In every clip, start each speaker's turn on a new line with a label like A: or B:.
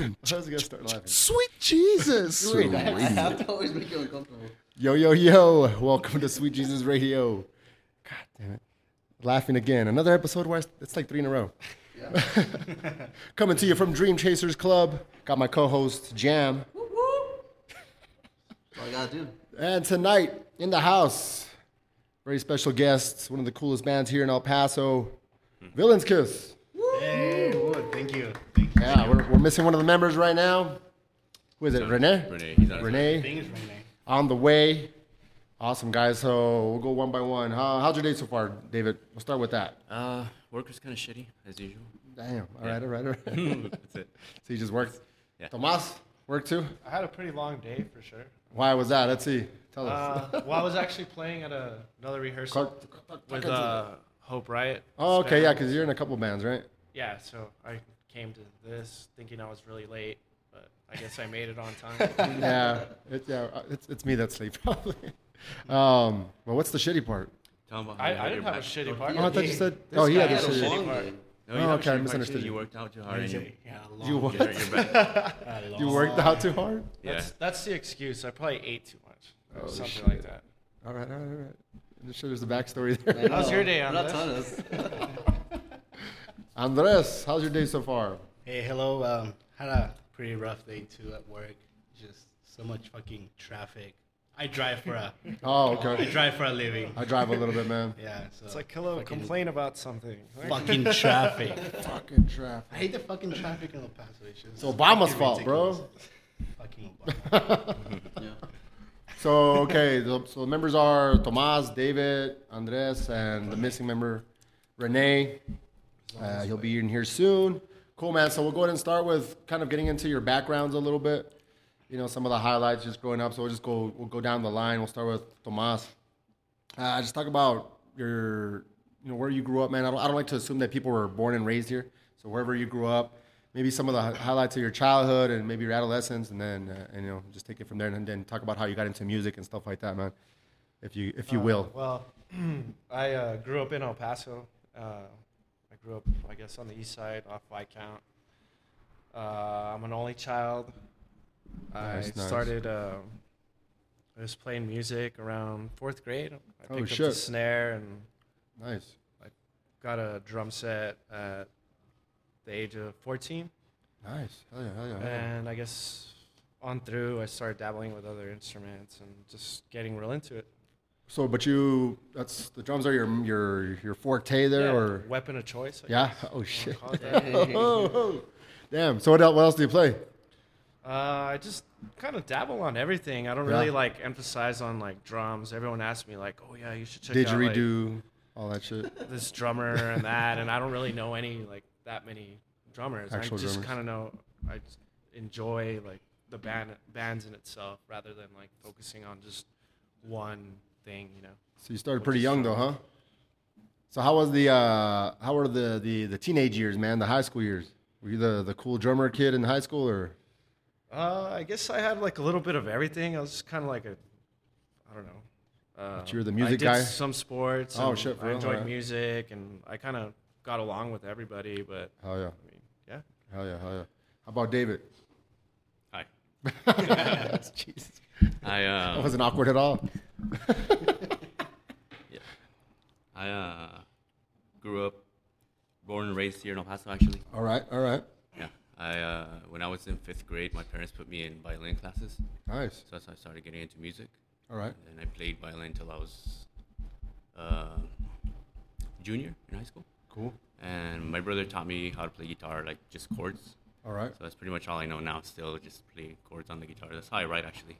A: I was gonna start laughing.
B: Sweet Jesus.
A: Wait, I, I have to always make you uncomfortable. Yo, yo, yo! Welcome to Sweet Jesus Radio. God damn it! Laughing again. Another episode where I, it's like three in a row. Coming to you from Dream Chasers Club. Got my co-host Jam,
C: That's all I gotta do.
A: and tonight in the house, very special guests. One of the coolest bands here in El Paso, Villains Kiss.
B: Hey, Wood, thank you. Thank you.
A: Yeah, we're, we're missing one of the members right now. Who is it? Renee.
D: Renee, he's not-
A: Renee
B: Thanks, Renee.
A: on the way. Awesome guys. So we'll go one by one. How, how's your day so far, David? We'll start with that.
D: Uh, work was kind of shitty as usual.
A: Damn. All right. All right. All right.
D: That's it.
A: So you just worked.
D: Yeah.
A: Tomas worked too.
E: I had a pretty long day for sure.
A: Why was that? Let's see. Tell us.
E: Uh, well, I was actually playing at a, another rehearsal
A: Clark-
E: with uh, Hope Riot.
A: oh, okay. Yeah,
E: Spectrum.
A: because you're in a couple bands, right?
E: Yeah, so I came to this thinking I was really late, but I guess I made it on time.
A: Yeah. It, yeah. uh, It's, it's me that's late probably. Um, well, what's the shitty part?
D: Tell him about how
E: I,
D: you had
E: I didn't
D: your
E: have a
D: back.
E: shitty part.
A: Oh, I thought you said.
C: This
A: Oh, he
C: guy
A: had the
C: had a
A: shitty.
C: long
E: part.
D: No, you
C: day.
D: didn't
A: okay,
D: have
A: I
D: a shitty part,
A: misunderstood.
D: too. You worked out too hard. And you
E: Yeah, long.
A: You
D: you hurt
A: what?
D: your back.
A: You worked out too hard.
D: Yeah.
E: That's, that's the excuse. I probably ate too much
A: Oh,
E: or something like that.
A: All right. All right. All right. I'm sure there's a backstory there.
C: I know.
E: How's your day,
C: You're not
E: Andres?
C: telling us.
A: Andres, how's your day so far?
F: Hey, hello. Um, had a pretty rough day too at work. Just so much fucking traffic. I drive for a.
A: Oh,
F: I
A: okay.
F: drive for a living.
A: I drive a little bit, man.
F: Yeah. So
E: It's like, hello, complain about something.
F: fucking traffic.
A: Fucking traffic.
F: I hate the fucking traffic in El Paso. It's just
A: It's Obama's fault, bro.
F: ridiculous. Fucking Obama.
C: Yeah.
A: So okay, the, so the members are Tomas, David, Andres, and the missing member, Renee. Uh, he'll be in here soon. Cool, man. So we'll go ahead and start with kind of getting into your backgrounds a little bit. You know, some of the highlights just growing up. So we'll just go we'll go down the line. We'll start with Tomas. Uh, just talk about your you know where you grew up, man. I don't, I don't like to assume that people were born and raised here. So wherever you grew up, maybe some of the hi- highlights of your childhood and maybe your adolescence, and then uh, and you know just take it from there, and then talk about how you got into music and stuff like that, man. If you if you
E: Uh,
A: will.
E: Well, I uh, grew up in El Paso. Uh, I grew up, I guess, on the east side off Viscount. Uh, I'm an only child. I
A: Nice, nice.
E: started. um I was playing music around fourth grade. I picked
A: Oh,
E: up the
A: shit.
E: snare and
A: Nice.
E: got a drum set at the age of 14.
A: Nice. Hell yeah. Hell yeah. hell yeah.
E: And I guess on through, I started dabbling with other instruments and just getting real into it.
A: So, but you that's the drums are your your your forte there,
E: Yeah,
A: or
E: weapon of choice. I
A: yeah.
E: guess.
A: Oh
E: You
A: shit.
E: wanna call it that.
A: Oh, oh. Damn. So what else, what else do you play?
E: Uh, I just kind of dabble on everything. I don't really
A: Yeah.
E: like emphasize on like drums. Everyone asks me like, "Oh yeah, you should check out like,
A: Didgeridoo, all that shit.
E: this drummer and that," and I don't really know any like that many drummers.
A: Actual
E: I just
A: drummers.
E: kind of know I just enjoy like the band bands in itself rather than like focusing on just one thing. You know,
A: So you started pretty young though, huh? So how was the uh, how were the, the the teenage years, man? The high school years. Were you the the cool drummer kid in high school, or
E: uh, I guess I had like a little bit of everything. I was kind of like a, I don't know. Uh,
A: you were the
E: I
A: music
E: did
A: guy?
E: Some sports.
A: Oh,
E: and
A: shit, for
E: I
A: real?
E: enjoyed
A: Alright.
E: music, and I kind of got along with everybody. But
A: hell yeah,
E: I mean, yeah.
A: hell yeah, hell yeah. How about David?
D: Hi.
A: Jesus,
D: I
A: that
D: uh,
A: wasn't awkward at all.
D: I uh, grew up, born and raised here in El Paso, actually.
A: All right, all right,
D: Yeah. I uh, when I was in fifth grade, my parents put me in violin classes,
A: nice,
D: so that's how I started getting into music.
A: all right.
D: And I played violin till I was uh, junior in high school.
A: Cool.
D: And my brother taught me how to play guitar, like just chords.
A: All right.
D: So that's pretty much all I know now. Still, just play chords on the guitar. That's how I write actually.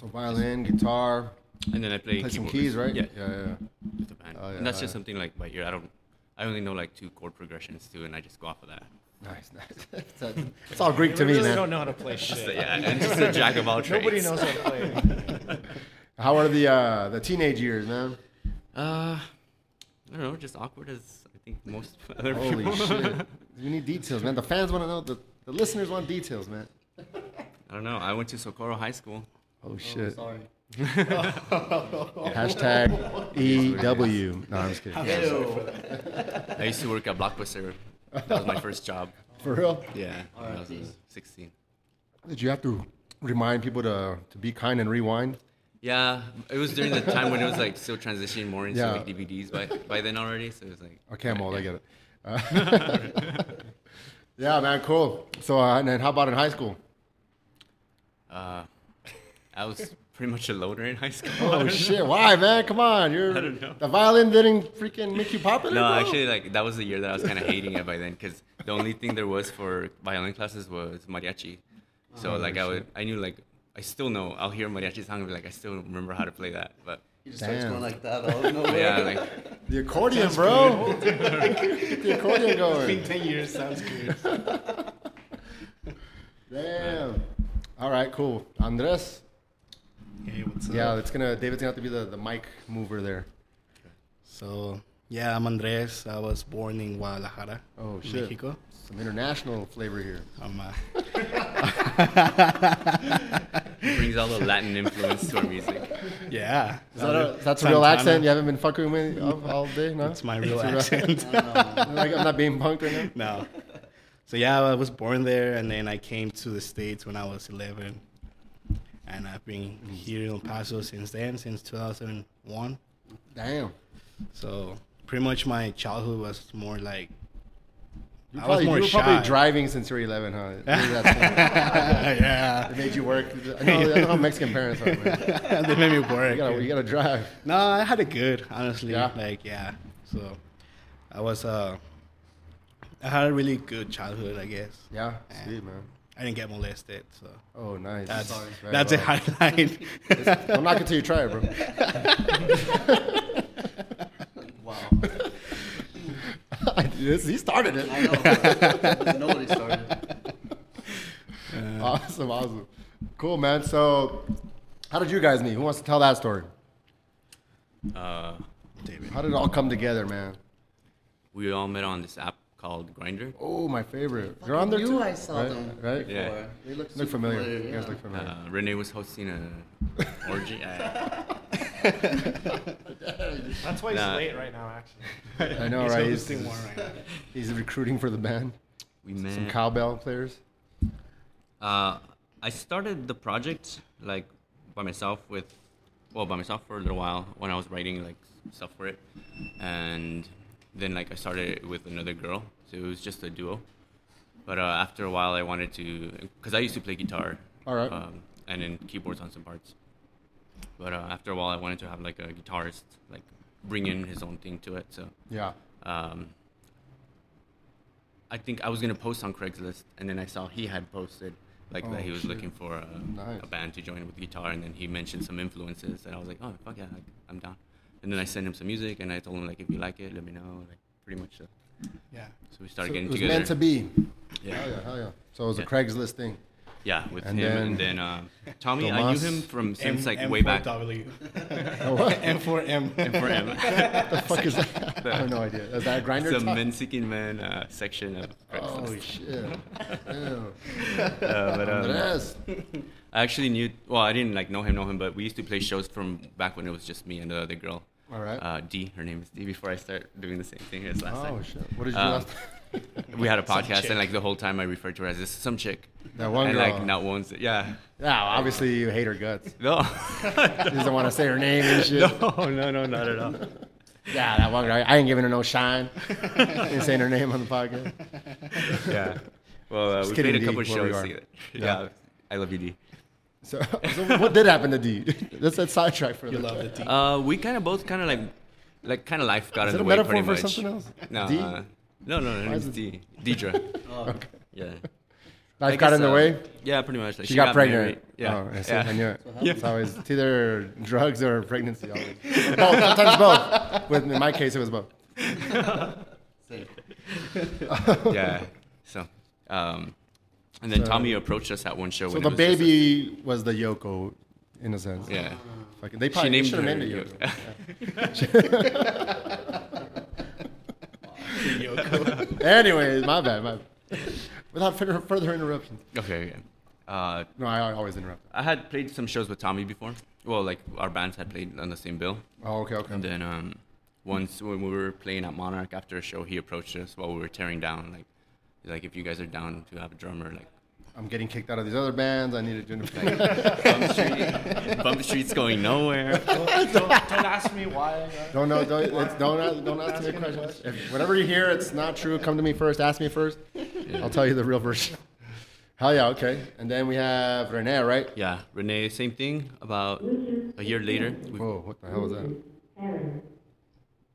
A: So violin, guitar,
D: And then I play,
A: play some
D: keyboards.
A: keys, right?
D: Yeah,
A: yeah, yeah.
D: with the band.
A: Oh, yeah,
D: and that's
A: oh, yeah.
D: just something like by ear. I don't. I only know like two chord progressions too, and I just go off of that.
A: Nice, nice. That's- it's all Greek to
E: We
A: me,
E: really
A: man.
E: don't know how to play shit.
D: So, yeah, and just a jack of all trades.
E: Nobody knows how to play. anything.
A: How are the uh, the teenage years, man?
D: Uh, I don't know. Just awkward as I think most other
A: Holy
D: people.
A: shit! You need details, man. The fans want to know. The, the listeners want details, man.
D: I don't know. I went to Socorro High School.
A: Oh shit!
C: Sorry.
A: Hashtag EW. No, I'm just kidding.
C: Ew.
D: I used to work at Blockbuster. That was my first job.
A: For real?
D: Yeah, when I was uh, 16.
A: Did you have to remind people to, to be kind and rewind?
D: Yeah, it was during the time when it was like still transitioning more into
A: Yeah.
D: like DVDs by by then already. So it was like
A: Okay, I'm old. I get it. Uh, yeah, man, cool. So, uh, and then how about in high school?
D: uh, I was pretty much a loner in high school.
A: Oh shit! Why, man? Come on, you're the violin didn't freaking make you popular.
D: No,
A: bro?
D: actually, like that was the year that I was kind of hating it by then, because the only thing there was for violin classes was mariachi.
A: Oh,
D: So like I would, I knew like I still know. I'll hear a mariachi song and be like, I still remember how to play that. But
C: He just starts
A: Damn.
C: going like that all
D: but
C: nowhere.
D: yeah, like
A: the accordion, bro. Get the accordion going.
F: In 10 years sounds good.
A: Damn. All right, cool. Andres.
F: Hey, what's up?
A: Yeah, it's uh, gonna. David's gonna have to be the, the mic mover there.
F: So, yeah, I'm Andres. I was born in Guadalajara,
A: Oh shit.
F: Mexico.
A: Some international flavor here.
F: I'm, uh,
D: it brings all the Latin influence to our music.
F: yeah.
A: Is that a, that's a real accent you haven't been fucking with me all, all day? No,
F: That's my real
A: It's a real-
F: accent.
A: like I'm not being punked right now.
F: no. So yeah, I was born there, and then I came to the states when I was 11, and I've been here in El Paso since then, since 2001.
A: Damn.
F: So pretty much my childhood was more like
A: You
F: I was
A: probably,
F: more
A: you were probably
F: shy.
A: driving since you were 11, huh? Maybe that's-
F: yeah,
A: it made you work. I know, I know how Mexican parents are. Man.
F: they made me work.
A: You gotta, you gotta drive.
F: No, I had it good, honestly.
A: Yeah?
F: Like yeah, so I was uh, I had a really good childhood, I guess.
A: Yeah, sweet man.
F: I didn't get molested, so
A: Oh, nice.
F: that's
A: Right
F: that's
A: on.
F: a highlight.
A: Don't knock it till you try it, bro.
C: Wow.
A: This- he started it.
C: I know. but Nobody started.
A: Awesome, awesome. Cool, man. So, how did you guys meet? Who wants to tell that story?
D: Uh,
A: How did it all come together, man?
D: we all met on this app called Grinder.
A: Oh, my favorite. You're on there
C: knew
A: too.
C: I saw
A: right?
C: them.
A: Right?
D: Yeah.
C: Or They look,
A: Look
C: super
A: familiar.
C: familiar,
A: You
C: yeah.
A: guys look familiar.
D: Uh, Renee was hosting a orgy. Uh,
E: That's why he's
D: Nah.
E: late right now, actually.
A: I know, right? He's,
F: hosting one right now.
A: he's recruiting for the band.
D: we met.
A: Some cowbell players.
D: Uh, I started the project like by myself with, well, by myself for a little while when I was writing like stuff for it, and then like I started it with another girl, so it was just a duo. But uh, after a while, I wanted to, cause I used to play guitar,
A: All right.
D: um, and then keyboards on some parts. But uh, after a while, I wanted to have like a guitarist like bring in his own thing to it, so
A: Yeah.
D: um, I think I was gonna post on Craigslist, and then I saw he had posted like
A: Oh,
D: that he was
A: shit.
D: looking for a,
A: Nice.
D: a band to join with guitar, and then he mentioned some influences, and I was like, oh fuck yeah, like, I'm down. And then I sent him some music, and I told him like if you like it, let me know. Like pretty much. So,
F: Yeah.
D: so we started
A: So
D: getting
A: it was
D: together.
A: meant to be. Hell
D: yeah,
A: yeah, hell yeah. So it was a
D: Yeah.
A: Craigslist thing.
D: yeah, with
A: And
D: him,
A: then-
D: and then um, Tommy. I knew
A: Tomas.
D: him from
F: M-
D: since like way back.
F: M4W.
A: Oh, what?
F: M4M.
D: For him.
A: the fuck is that? I have no idea. Is that a grinder?
D: It's a
A: top?
D: Mexican man uh, section of Craigslist.
A: Oh shit. Ew.
D: Uh, but, um,
A: Andres.
D: I actually knew. Well, I didn't like know him, know him, but we used to play shows from back when it was just me and the other girl.
A: All right.
D: Uh, D, her name is D. Before I start doing the same thing as last
A: Oh
D: time,
A: shit. What did you do
D: Um,
A: last?
D: we had a podcast,
F: chick.
D: and like the whole time I referred to her as this is some chick.
A: That one
D: and
A: girl.
D: like not once. Yeah.
A: Yeah, obviously you hate her guts.
D: No.
A: You just don't want to say her name and shit.
F: Oh,
D: no. No. No. Not at all.
A: Yeah, that one girl. I ain't giving her no shine. ain't saying her name on the podcast.
D: Yeah. Well, uh, we
A: kidding,
D: played
A: D,
D: a
A: wherever
D: couple
A: you
D: shows
A: are.
D: together.
A: Yeah.
D: Yeah. I love you, D.
A: So, so what did happen to D? Let's that sidetrack for a
F: You
A: little
F: love the
A: bit.
F: D.
D: Uh, we kind of both kind of like, like kind of life got
A: Is
D: in
A: it
D: the
A: a
D: way
A: metaphor
D: pretty
A: for
D: much.
A: something else?
D: No.
A: D?
D: uh, no. No. No.
A: is
D: It's
A: it-
D: D. Deidre.
A: Okay.
D: Yeah.
A: Life
D: I
A: got
D: guess,
A: in the
D: uh,
A: way.
D: Yeah, pretty much. Like,
A: She, got, pregnant.
D: married. Yeah.
A: Oh, I, see.
D: yeah.
A: I knew it.
D: Yeah.
A: It's always it's either drugs or pregnancy. Always. Or both. Sometimes both. With, in my case, it was both.
C: Same.
D: yeah. So, um, and then
A: So-
D: Tommy approached us at one show.
A: So
D: when
A: the
D: it was just
A: baby was the Yoko, in a sense.
D: a- yeah.
A: Fucking, they
D: She
A: probably
D: named
A: should
D: her
A: have named it
D: Yoko.
A: Yoko.
F: Yoko.
A: Anyways, my bad. My bad. Without further, further interruptions.
D: okay. okay. Uh,
A: No, I always interrupt.
D: I had played some shows with Tommy before. Well, like our bands had played on the same bill.
A: Oh, okay, okay.
D: And then um, once when we were playing at Monarch after a show, he approached us while we were tearing down like He's like, if you guys are down to have a drummer, like
A: I'm getting kicked out of these other bands. I need to do it.
D: Bump Street, Bump Street's going nowhere.
E: don't, don't ask me why. uh,
A: Don't know. Don't, it's- don't, ask- don't ask me questions. If whatever you hear, it's not true. Come to me first. Ask me first. I'll tell you the real version. Hell yeah. Okay. And then we have Renee, right?
D: Yeah, Renee, same thing. About a year later, we,
A: Whoa. Oh, What the hell was that?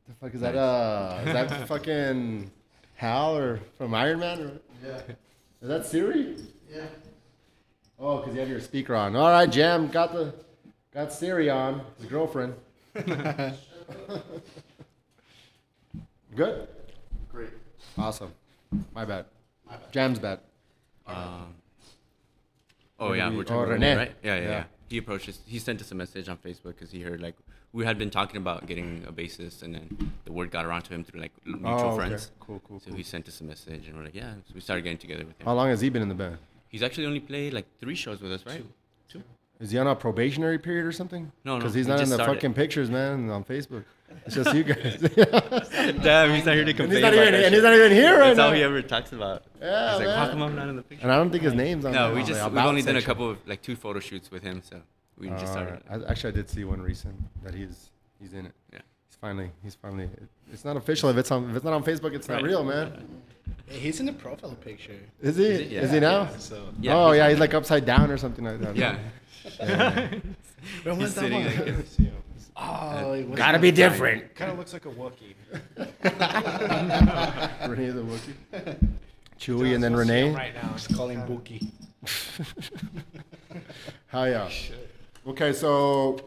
A: The fuck is that? Uh, is that fucking Hal or from Iron Man? Or,
C: Yeah.
A: is that Siri?
C: Yeah.
A: Oh, because you have your speaker on. All right, Jam got the got Siri on. His girlfriend. Good.
C: Great.
A: Awesome. My bad. Jam's bad.
D: um, oh yeah,
A: we-
D: we're talking
A: oh,
D: about
A: Renee.
D: Renee, right? Yeah, yeah,
A: Yeah.
D: yeah, He approached us. He sent us a message on Facebook because he heard like we had been talking about getting a bassist, and then the word got around to him through like mutual
A: Oh, okay.
D: friends.
A: Cool, cool,
D: So he sent us a message, and we're like, yeah. So we started getting together with him.
A: How long has he been in the band?
D: He's actually only played like three shows with us, right?
A: Is he on a probationary period or something?
D: No, no,
A: Because he's
D: he
A: not in
D: just
A: the
D: started.
A: fucking pictures, man, on Facebook. It's just you guys.
D: Damn, he's not here to complain.
A: and, he's not even, and he's not even here right
D: That's
A: now.
D: all he ever talks about.
A: Yeah,
D: he's like, how
A: man.
D: come I'm not in the picture?
A: And I don't think his name's on
D: No,
A: there.
D: we
A: on the
D: just we've
A: about
D: only done a
A: section.
D: couple of like two photo shoots with him, so we just
A: All
D: started.
A: right. I, actually, I did see one recent that he's he's in it.
D: Yeah.
A: He's finally he's finally. it- it's not official if it's on if it's not on Facebook, it's not
D: Right.
A: real, man.
F: He's in the profile picture.
A: Is he? Is,
D: Is it? Yeah.
A: he now?
F: So
D: Yeah,
A: oh
D: he's-
A: yeah, he's like upside down or something like that.
D: Yeah.
F: when was
D: He's
F: that
D: sitting
F: one?
D: like this.
F: oh, it was
A: Gotta be different.
E: Kind of looks like a Wookiee.
A: Renee the Wookiee. Chewy and then Renee.
E: Right now.
F: calling Bookie.
A: How yeah. Okay, so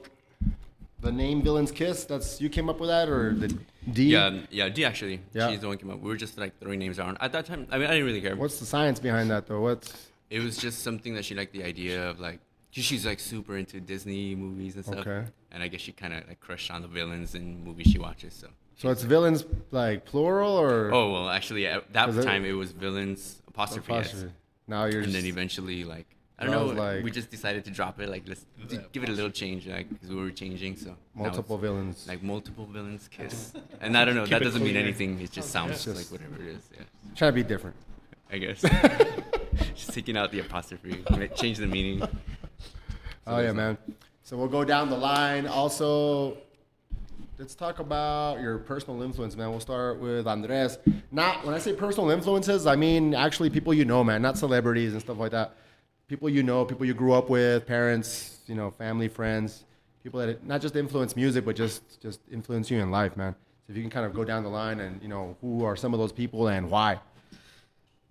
A: the name Villain's Kiss, that's you came up with that or the D?
D: Yeah, um, yeah. D actually,
A: Yeah.
D: she's the one who came up. We were just like throwing names around at that time. I mean, I didn't really care.
A: What's the science behind that though? What's
D: It was just something that she liked the idea of like. 'cause She's like super into Disney movies and stuff,
A: Okay.
D: and I guess she kind of like crushed on the villains in movies she watches. So,
A: so it's villains like plural or
D: oh well, actually at that
A: Is it-
D: time it was villains apostrophe, S.
A: apostrophe? Now you're
D: and
A: just,
D: then eventually like I
A: And I
D: don't know,
A: was like-
D: we just decided to drop it. Like let's d- give it a little change, like 'cause we were changing. So now it's
A: multiple villains.
D: like multiple villains kiss, and I don't know. That
F: it
D: doesn't mean
F: clean.
D: anything. It just sounds
A: It's
D: like
A: just-
D: whatever it is. Yeah.
A: Trying to be different.
D: I guess. Just taking out the apostrophe, ma- change the meaning.
A: oh yeah, man. So we'll go down the line. Also, let's talk about your personal influence, man. We'll start with Andres. Not when I say personal influences, I mean actually people you know, man, not celebrities and stuff like that. People you know, people you grew up with, parents, you know, family, friends, people that not just influence music, but just just influence you in life, man. So if you can kind of go down the line and you know who are some of those people and why.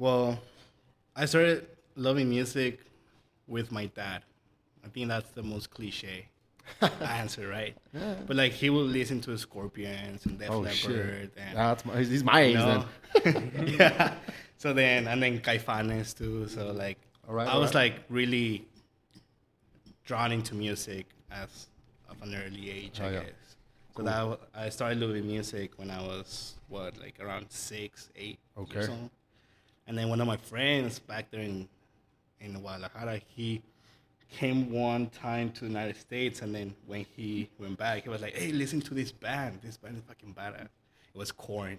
F: Well, I started loving music with my dad. I think that's the most cliche answer, right? But like he would listen to Scorpions and Def
A: Oh
F: Leppard
A: shit,
F: and
A: that's my, he's my age then.
F: No. yeah. So then, and then Caifanes too. So like,
A: All right,
F: I
A: all
F: was
A: right.
F: like really drawn into music as of an early age,
A: Oh,
F: I
A: yeah.
F: guess. So that wa- I started loving music when I was what, like around six, eight.
A: Okay.
F: Years old. And then one of my friends back there in in Guadalajara, he came one time to the United States, and then when he went back, he was like, "Hey, listen to this band. This band is fucking badass." It was Corn.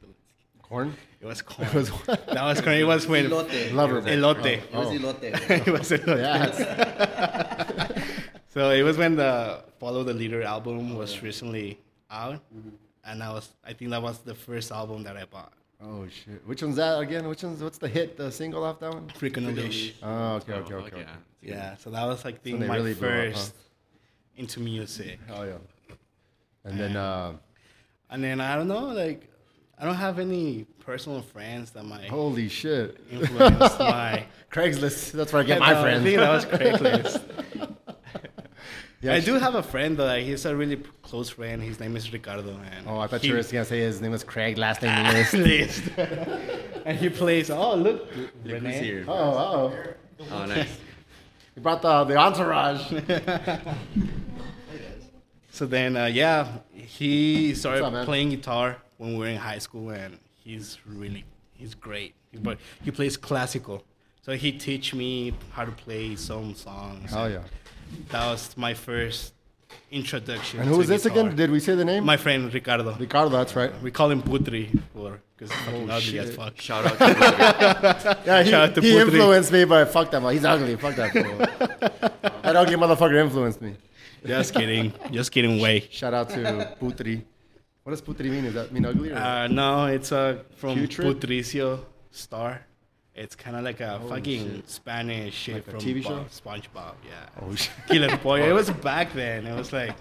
A: Corn,
F: It was corn.
A: was-
F: that was corn. It was when
C: Elote.
A: lover, Oh. boy.
F: elote.
C: It was elote.
F: it was elote.
A: Yes.
F: So it was when the Follow the Leader album was recently out, and I was I think that was the first album that I bought.
A: Oh shit! Which one's that again? Which one's what's the hit? The single off that one?
F: Freaking English.
A: Oh, okay, okay,
D: Oh,
A: okay.
D: fuck
A: okay.
D: yeah.
F: Yeah. So that was like think,
A: they
F: my
A: really blew up, huh?
F: first into music,
A: Oh yeah. And then uh,
F: and then I don't know like. I don't have any personal friends that might
A: holy shit,
F: influence my.
A: Craigslist. That's where I get my
F: No, I
A: friends.
F: think that was Craigslist.
A: Yeah,
F: I
A: sh-
F: do have a friend though. Like, he's a really p- close friend. His name is Ricardo, man.
A: Oh, I thought
F: he,
A: you
F: Ah,
A: were gonna say his name was Craig. Last name list.
F: list. and he plays. Oh, look,
D: Look who's
F: Renee.
D: here.
A: Oh, oh.
D: Oh, nice.
A: You brought the the entourage. What's
F: So then, uh, yeah, he started
A: up, man?
F: playing guitar when we were in high school, and he's really, he's great. He, but he plays classical, so he teach me how to play some songs.
A: Hell yeah.
F: That was my first introduction.
A: And
F: to
A: who was this
F: guitar.
A: again? Did we say the name?
F: My friend Ricardo.
A: Ricardo, that's right.
F: We call him Putri for because he's fucking ugly as
A: shit.
F: fuck.
D: Shout out to Rodrigo.
A: Yeah, he,
F: Shout out to
A: he
F: Putri.
A: influenced me, but fuck that. man. He's ugly. Fuck that fool. that ugly motherfucker influenced me.
F: Just kidding. Just kidding. Way.
A: Shout out to Putri. What does Putri mean? Does that mean ugly? Or?
F: Uh, no, it's uh, from
A: Putrid?
F: Putricio Star. It's kind of like a fucking Spanish shit
A: Oh, Like a
F: from
A: TV show?
F: Bob- SpongeBob. Yeah. Oh shit. Killer Pollo. It was back then. It was like.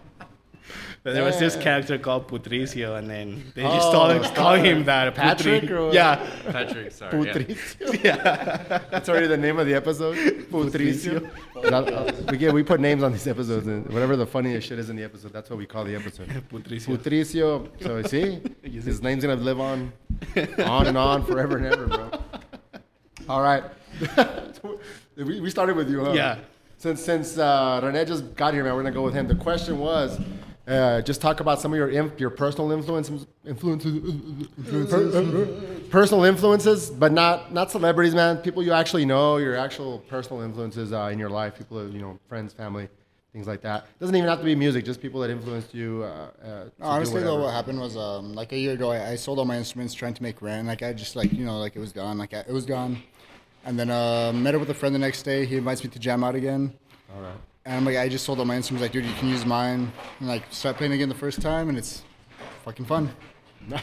F: But there was this
A: Yeah.
F: character called Putricio, and then they just
A: Oh,
F: call him,
A: Star.
F: call him that.
A: Patrick
F: Putri.
A: or-
F: Yeah.
D: Patrick, sorry. yeah.
A: Putricio. That's already the name of the episode. Putricio. That- uh, we, get, we put names on these episodes, and whatever the funniest shit is in the episode, that's what we call the episode.
F: Putricio.
A: Putricio. So see, his name's gonna live on, on and on forever and ever, bro. All right, we, we started with you, huh?
F: Yeah.
A: Since since uh, Rene just got here, man, we're gonna go with him. The question was. Uh, just talk about some of your inf- your personal influences, influences, personal influences, but not not celebrities, man. People you actually know, your actual personal influences uh, in your life, people you know, friends, family, things like that. Doesn't even have to be music, just people that influenced you. Uh, uh, to do
G: Honestly, though,
A: whatever.
G: what happened was um, like a year ago, I, I sold all my instruments trying to make rent. Like I just like you know like it was gone, like I, it was gone. And then uh, met up with a friend the next day. He invites me to jam out again. All
A: right.
G: And I'm like, I just sold all my instruments. Like, dude, you can use mine. And like, start playing again the first time, and it's fucking fun.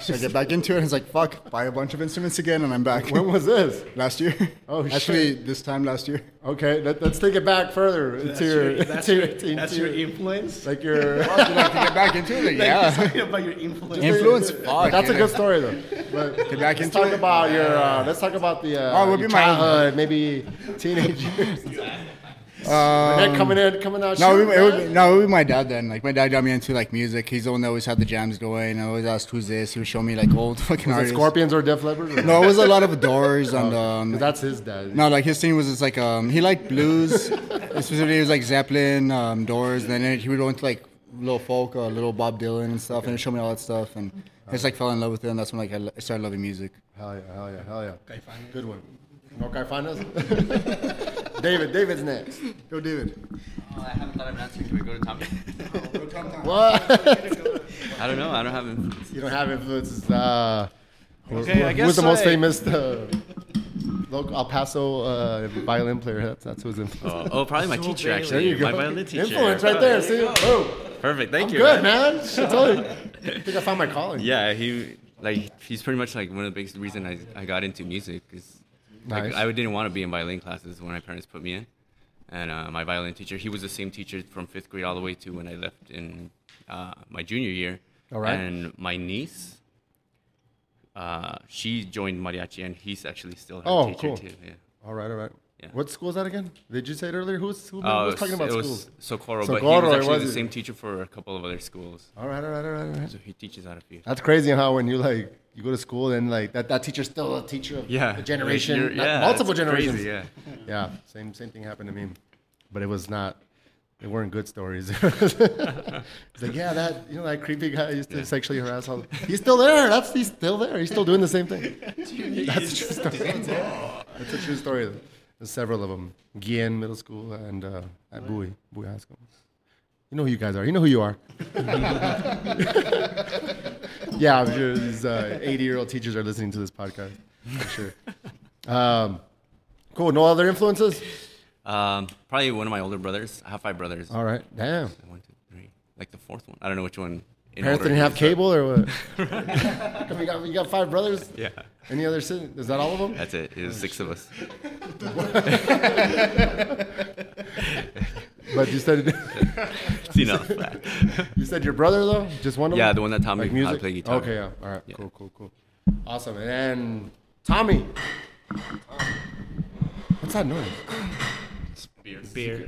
G: So I get back into it, and it's like, fuck, buy a bunch of instruments again, and I'm back.
A: When was this?
G: last year?
A: Oh, shit. Oh,
G: actually, this time last year.
A: Okay, let, us take it back further into your,
F: That's
A: to
F: your,
A: your, to
F: that's
A: your-
F: your influence.
A: like your.
G: Fuck, you like to get back into it? Like, yeah.
F: Talking about your influence.
G: Influence. Fuck,
A: Oh, That's a
G: dude.
A: good story though. But
G: back
A: let's
G: into
A: talk
G: it?
A: about your. Uh, let's talk about the. Uh,
G: Oh, it would
A: your
G: be my-
A: childhood, maybe teenage years.
G: Um,
A: That coming in, coming out.
G: No, it
A: shooting,
G: would, it would,
A: man?
G: be- no, it would be my dad then. Like my dad got me into like music. He's the one that always had the jams going. I always asked who's this. He would show me like old
A: Was it
G: fucking
A: Oh.
G: artists.
A: Scorpions or Def Leppard? or-
G: No, it was a lot of Doors and
A: 'Cause
G: um.
A: that's his dad.
G: No, like his thing was just like um he liked blues. Specifically, it was like Zeppelin, um, Doors. And then he would go into like little folk, uh, little Bob Dylan and stuff, and he'd show me all that stuff. And I just like fell in love with it. And that's when like I lo- I started loving music.
A: Hell yeah! Hell yeah! Hell yeah! Good one. No Caifanas. David. David's next.
G: Go, David.
D: Oh, I haven't thought of an answer. Can we go to Tommy?
A: What?
D: I don't know. I don't have influence.
A: You don't have influences. Uh, who-
E: Okay, I
A: who-
E: guess
A: who's the most
E: I-
A: famous uh, local El Paso uh, violin player? That's, that's who's influenced.
D: Oh, oh, probably my teacher, actually.
A: There you go.
D: My violin teacher.
A: Influence right there. See, boom.
D: Perfect. Thank you.
A: Good
D: man.
A: man. Shit, totally. I think I found my calling.
D: Yeah, he like he's pretty much like one of the biggest reason I, I got into music is
A: Nice.
D: like, I didn't want to be in violin classes when my parents put me in, and uh, my violin teacher he was the same teacher from fifth grade all the way to when I left in uh, my junior year.
A: All right.
D: And my niece, uh, she joined mariachi, and he's actually still her
A: Oh,
D: teacher
A: cool.
D: too. Yeah.
A: All right, all right.
D: Yeah.
A: What school is that again? Did you say it earlier? Who's who
D: Uh,
A: was talking about
D: it
A: schools?
D: was Socorro, but he
A: Socorro, it
D: was actually
A: was-
D: the same teacher for a couple of other schools.
A: All right, all right, all right, all right.
D: So he teaches out of few.
A: That's crazy how when you like you go to school and like that, that teacher's still a teacher of
D: Yeah,
A: a generation,
D: You're-
A: not-
D: yeah,
A: multiple
D: it's crazy,
A: generations.
D: yeah.
A: yeah, same same thing happened to me, but it was not. They weren't good stories. it's like yeah, that you know that creepy guy used to sexually harass all. He's still there. That's he's still there. He's still doing the same thing. That's a true story. That's a true story. There's several of them. Guillen Middle School and uh, at Bowie Bowie High School. You know who you guys are. You know who you are. yeah, I'm sure these 80 year old teachers are listening to this podcast. I'm sure. Um, cool. No other influences?
D: Um, probably one of my older brothers. I have five brothers.
A: All right. Damn.
D: One, two, three. Like the fourth one. I don't know which one. in
A: Parents
D: order
A: didn't
D: it
A: have
D: is,
A: cable or what? Come, you, got, you got five brothers?
D: but- Yeah.
A: Any other siblings? Is that all of them?
D: That's it. It was six of us.
A: But you said
D: It's enough.
A: you said your brother though, just one of them.
D: Yeah, the one that Tommy- I play guitar.
A: Okay, yeah. All right. Cool, cool, cool. Awesome. And then Tommy. What's that noise?
F: Beer.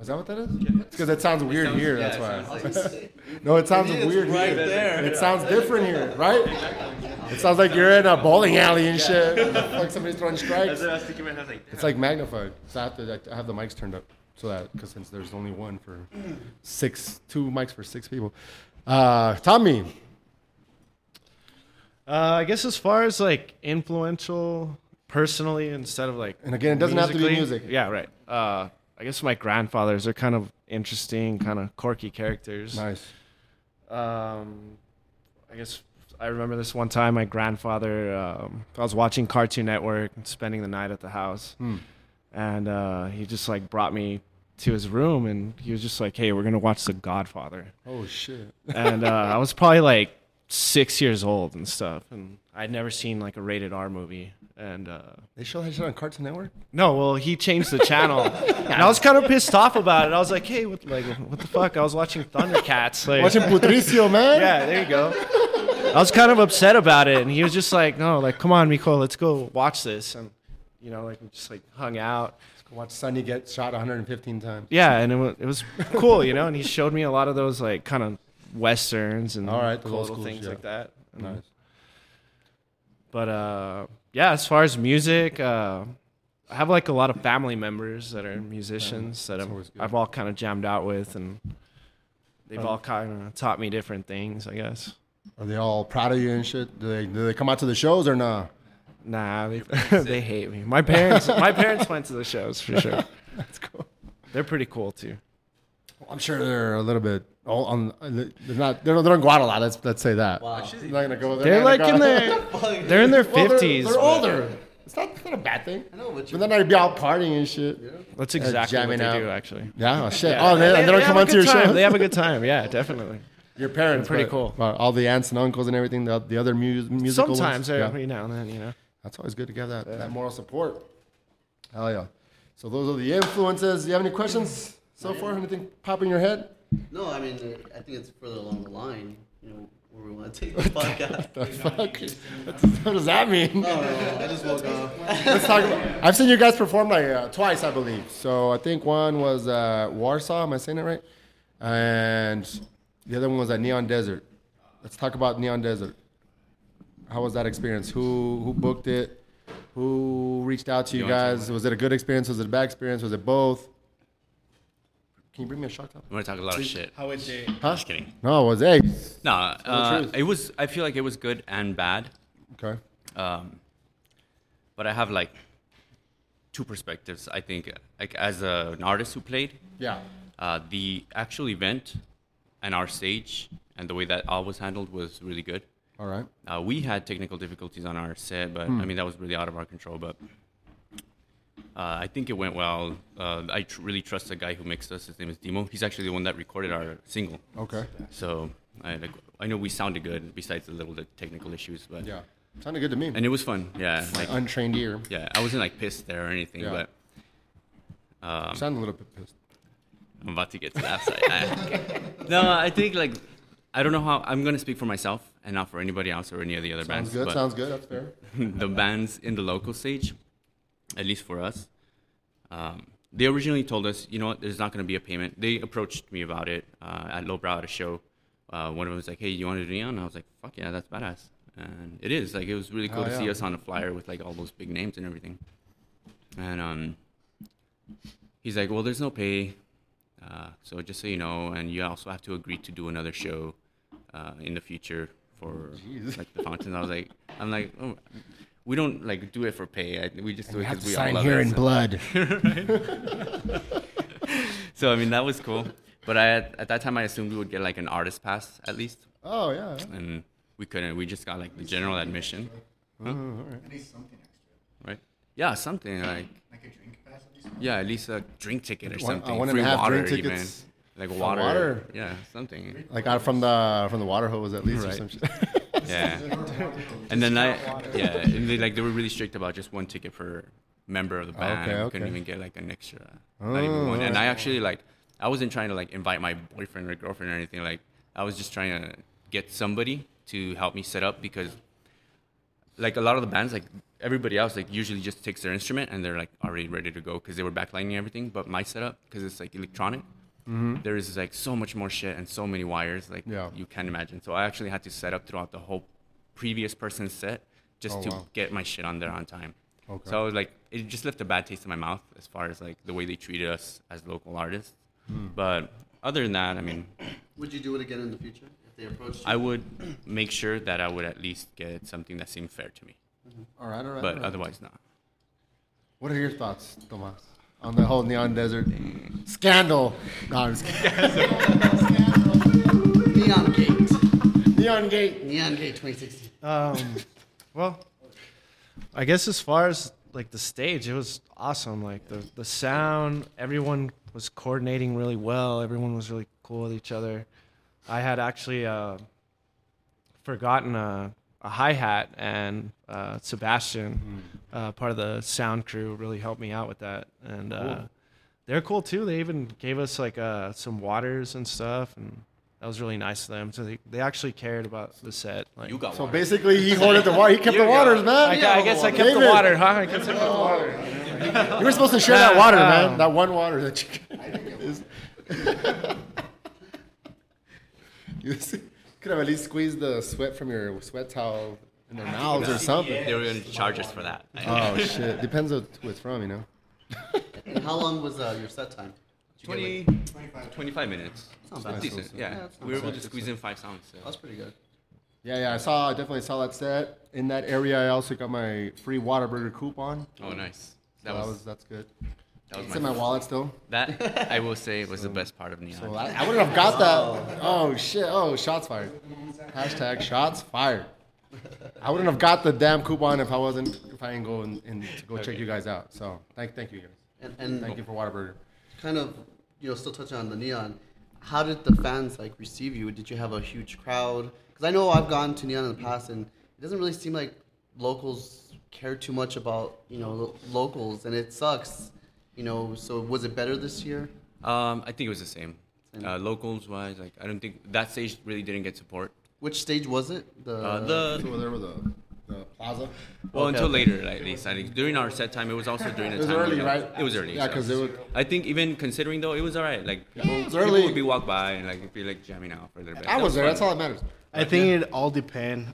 A: Is that what that is? Because it sounds weird here. that's
D: yeah, it
A: why.
D: sounds like-
A: no, it sounds
C: It's
A: weird
C: right
A: here.
C: there.
A: It sounds different here, right? It sounds like you're in a bowling alley and shit. like somebody's throwing strikes.
D: I was thinking about like,
A: It's like magnified. So I have to I have the mics turned up so that because since there's only one for six, two mics for six people. Uh, Tommy,
E: Uh, I guess as far as like influential personally instead of like
A: And again, it doesn't have to be
E: musically-
A: music.
E: Yeah, right. Uh, I guess my grandfathers are kind of interesting, kind of quirky characters.
A: Nice.
E: Um, I guess I remember this one time my grandfather, um, I was watching Cartoon Network and spending the night at the house.
A: Hmm.
E: And uh, he just like brought me to his room and he was just like, hey, we're going to watch The Godfather.
A: Oh shit.
E: And uh, I was probably like six years old and stuff. And I'd never seen like a rated R movie. And uh,
A: They show that shit on Cartoon Network.
E: no, well, he changed the channel, and I was kind of pissed off about it. I was like, "Hey, what, like, what the fuck?" I was watching Thundercats. Like,
A: Watching Putricio, man.
E: yeah, there you go. I was kind of upset about it, and he was just like, "No, like, come on, Miko, let's go watch this," and you know, like, we just like hung out.
A: Watch Sonny get shot 115 times.
E: Yeah, and it was it was cool, you know. And he showed me a lot of those like kind of westerns and
A: All right, those
E: cool
A: old
E: little
A: schools,
E: things
A: yeah.
E: like that. And-
A: Nice.
E: but uh, yeah, as far as music, uh, I have like a lot of family members that are musicians that I'm,
A: always good. Oh.
E: I've all kind of jammed out with, and they've all kind of taught me different things, I guess.
A: Are they all proud of you and shit? Do they do they come out to the shows or nah?
E: Nah, they, they hate me. My parents, my parents went to the shows for sure.
A: That's cool.
E: They're pretty cool too.
A: I'm sure they're a little bit. Oh, on, they're not. They're, they're in Guadalajara. Let's let's say that.
C: Wow.
A: They're not gonna go.
E: They're
A: not
E: like
A: gonna
E: in
A: go-
E: their, they're in their
A: Well, they're-
E: fifties.
A: They're, older. It's not, it's not a bad thing. I
C: know, but
A: but then I'd be out partying and shit. Yeah.
E: That's exactly what
A: jamming
E: they
A: out.
E: do, actually.
A: oh, shit. Oh, they, they, don't
E: have
A: come
E: a
A: out to
E: good
A: your
E: time.
A: shows.
E: They have a good time. Yeah, definitely.
A: your parents.
E: pretty
A: but-
E: cool.
A: but all the aunts and uncles and everything. The, the other mu- musical. ones.
E: Sometimes
A: Yeah.
E: every now and then, you know.
A: That's always good to get that, that moral support. Hell yeah. So those are the influences. Do you have any questions so far? Anything pop in your head?
C: No, I mean, uh, I think it's further along the line, you know, where we want to take the podcast.
A: The fuck? what does that mean?
C: No, no, no, I just woke up.
A: Let's talk about- I've seen you guys perform like uh, twice, I believe. So I think one was uh, Warsaw. Am I saying it right? And the other one was at Neon Desert. Let's talk about Neon Desert. How was that experience? Who who booked it? Who reached out to you
D: You wanna take
A: guys? Was it a good experience? Was it a bad experience? Was it both? Can you bring me a shot top?
D: I'm gonna talk a lot of shit.
F: How is it?
A: Huh?
D: Just kidding.
A: No, it was eight.
D: No,
A: the
D: uh,
A: truth.
D: it was. I feel like it was good and bad.
A: Okay.
D: um, but I have like two perspectives. I think, like as a, an artist who played,
A: Yeah.
D: uh, the actual event and our stage and the way that all was handled was really good.
A: All right.
D: Uh, we had technical difficulties on our set, but
A: Hmm.
D: I mean that was really out of our control. But uh, I think it went well. Uh, I tr- really trust the guy who mixed us. His name is Dimo. He's actually the one that recorded our single.
A: Okay.
D: So I like, I know we sounded good, besides the little the technical issues. But
A: Yeah. Sounded good to me.
D: and it was fun. Yeah, like
A: Untrained ear.
D: yeah, I wasn't like pissed there or anything,
A: Yeah.
D: but uh,
A: Sounded a little bit pissed.
D: I'm about to get to that side. I- no, I think like I don't know how I'm gonna speak for myself and not for anybody else or any of the other
A: Sounds
D: bands.
A: good.
D: but
A: Sounds good. That's fair.
D: the bands in the local stage, at least for us, um, they originally told us, you know what, there's not gonna be a payment. They approached me about it uh, at Lowbrow at a show. Uh, one of them was like, "Hey, you want to do neon?" And I was like, "Fuck yeah, that's badass." And it is like it was really cool
A: Hell
D: to see
A: yeah.
D: us on a flyer with like all those big names and everything. And um, he's like, well, there's no pay. Uh, so just so you know, and you also have to agree to do another show uh, in the future for like the fountain. I was like, I'm like, oh, we don't like do it for pay. I, we just do it because we all love it. So-
A: blood.
D: So I mean, that was cool. But I at that time I assumed we would get like an artist pass at least,
A: Oh yeah.
D: and we couldn't. We just got like the general admission,
E: Mm-hmm,
C: At least something extra,
D: right? Yeah, something like
C: like a drink pass at least.
D: yeah, at least a drink ticket
A: One-
D: or
A: uh,
D: something.
A: one and
D: Free
A: a half
D: water
A: drink
D: even.
A: tickets
D: Like water.
A: water.
D: Yeah, something.
A: Like out from the from the water hose at least or
D: Right.
A: some shit.
D: Yeah. and then I, yeah, and they, like they were really strict about just one ticket per member of the band.
A: Okay,
D: We couldn't
A: okay. Oh.
D: even get like an extra, not even one. And I actually like, I wasn't trying to like invite my boyfriend or girlfriend or anything. Like, I was just trying to get somebody to help me set up because, like, a lot of the bands, like everybody else, like usually just takes their instrument and they're like already ready to go because they were backlighting everything. But my setup, because it's like electronic. there is like so much more shit and so many wires like
A: Mm-hmm. Yeah.
D: you can't imagine. So I actually had to set up throughout the whole previous person's set just
A: Oh,
D: to
A: wow.
D: get my shit on there on time.
A: Okay.
D: So I was like, it just left a bad taste in my mouth as far as like the way they treated us as local artists.
A: Hmm.
D: But other than that, I mean,
C: Would you do it again in the future if they approached you?
D: I would make sure that I would at least get something that seemed fair to me.
A: all right, all right.
D: But otherwise, not.
A: what are your thoughts, Tomas, on the whole neon desert Scandal. No, I'm just kidding.
C: Neon Gate.
A: Neon Gate.
C: Neon Gate 2016.
E: Um, well, I guess as far as like the stage, it was awesome. Like the the sound, everyone was coordinating really well. Everyone was really cool with each other. I had actually uh, forgotten a, a hi hat, and uh, Sebastian, uh, part of the sound crew, really helped me out with that. And uh, they're cool too. They even gave us like uh, some waters and stuff, and that was really nice of them. So they, they actually cared about the set. Like,
D: You got
A: So
D: one.
A: basically, he hoarded the water. He kept the waters, man.
E: I, I guess I kept the
A: David,
E: water, huh? I guess I kept the water.
A: You were supposed to share that water,
E: Oh.
A: man. That one water that you. you s- could have at least squeezed the sweat from your sweat towel in their mouths or something.
D: They were going to charge us for that.
A: Oh shit! Depends on who it's from, you know.
C: And how long was uh, your set time? Did you get, like-
D: 20, 25 minutes.
C: Sounds
D: So
C: nice.
D: decent.
C: Yeah,
D: Yeah,
C: that's
D: we were
C: not
D: able
C: bad.
D: to squeeze in five songs. so.
C: That's pretty good.
A: Yeah, yeah. I saw. I definitely saw that set in that area. I also got my free Waterburger coupon.
D: Oh, nice.
A: That,
D: That was
A: was that's good.
D: that
A: It's
D: was
A: in
D: my
A: my wallet still.
D: that I will say was the best part of Neon.
A: Well, I, I wouldn't have got that. Oh shit! Oh, shots fired. Hashtag shots fired. I wouldn't have got the damn coupon if I wasn't if I didn't go and, and to go check you guys out. So thank thank you guys.
C: And, and
A: Thank you for Waterburger.
C: kind of, you know, still touching on the neon. How did the fans like receive you? Did you have a huge crowd? Because I know I've gone to neon in the past, and it doesn't really seem like locals care too much about you know lo- locals, and it sucks. You know, so was it better this year?
D: Um, I think it was the same.
C: Same.
D: Uh, locals wise, like I don't think that stage really didn't get support.
C: Which stage was it? The,
D: Uh, the
A: there with the, the plaza.
D: well
C: okay,
D: until
C: okay.
D: later, like, at least I think during our set time, it was also during the
A: was
D: time.
A: early,
D: where-
A: right?
D: It was early.
A: Yeah,
D: so-
A: 'cause it would-
D: I think even considering though, it was alright. Like people,
A: it was
D: people
A: early.
D: would be walk by and like be like jamming out for a little bit.
A: I
D: That
A: was there.
D: fun.
A: That's all that matters.
F: I think it all depend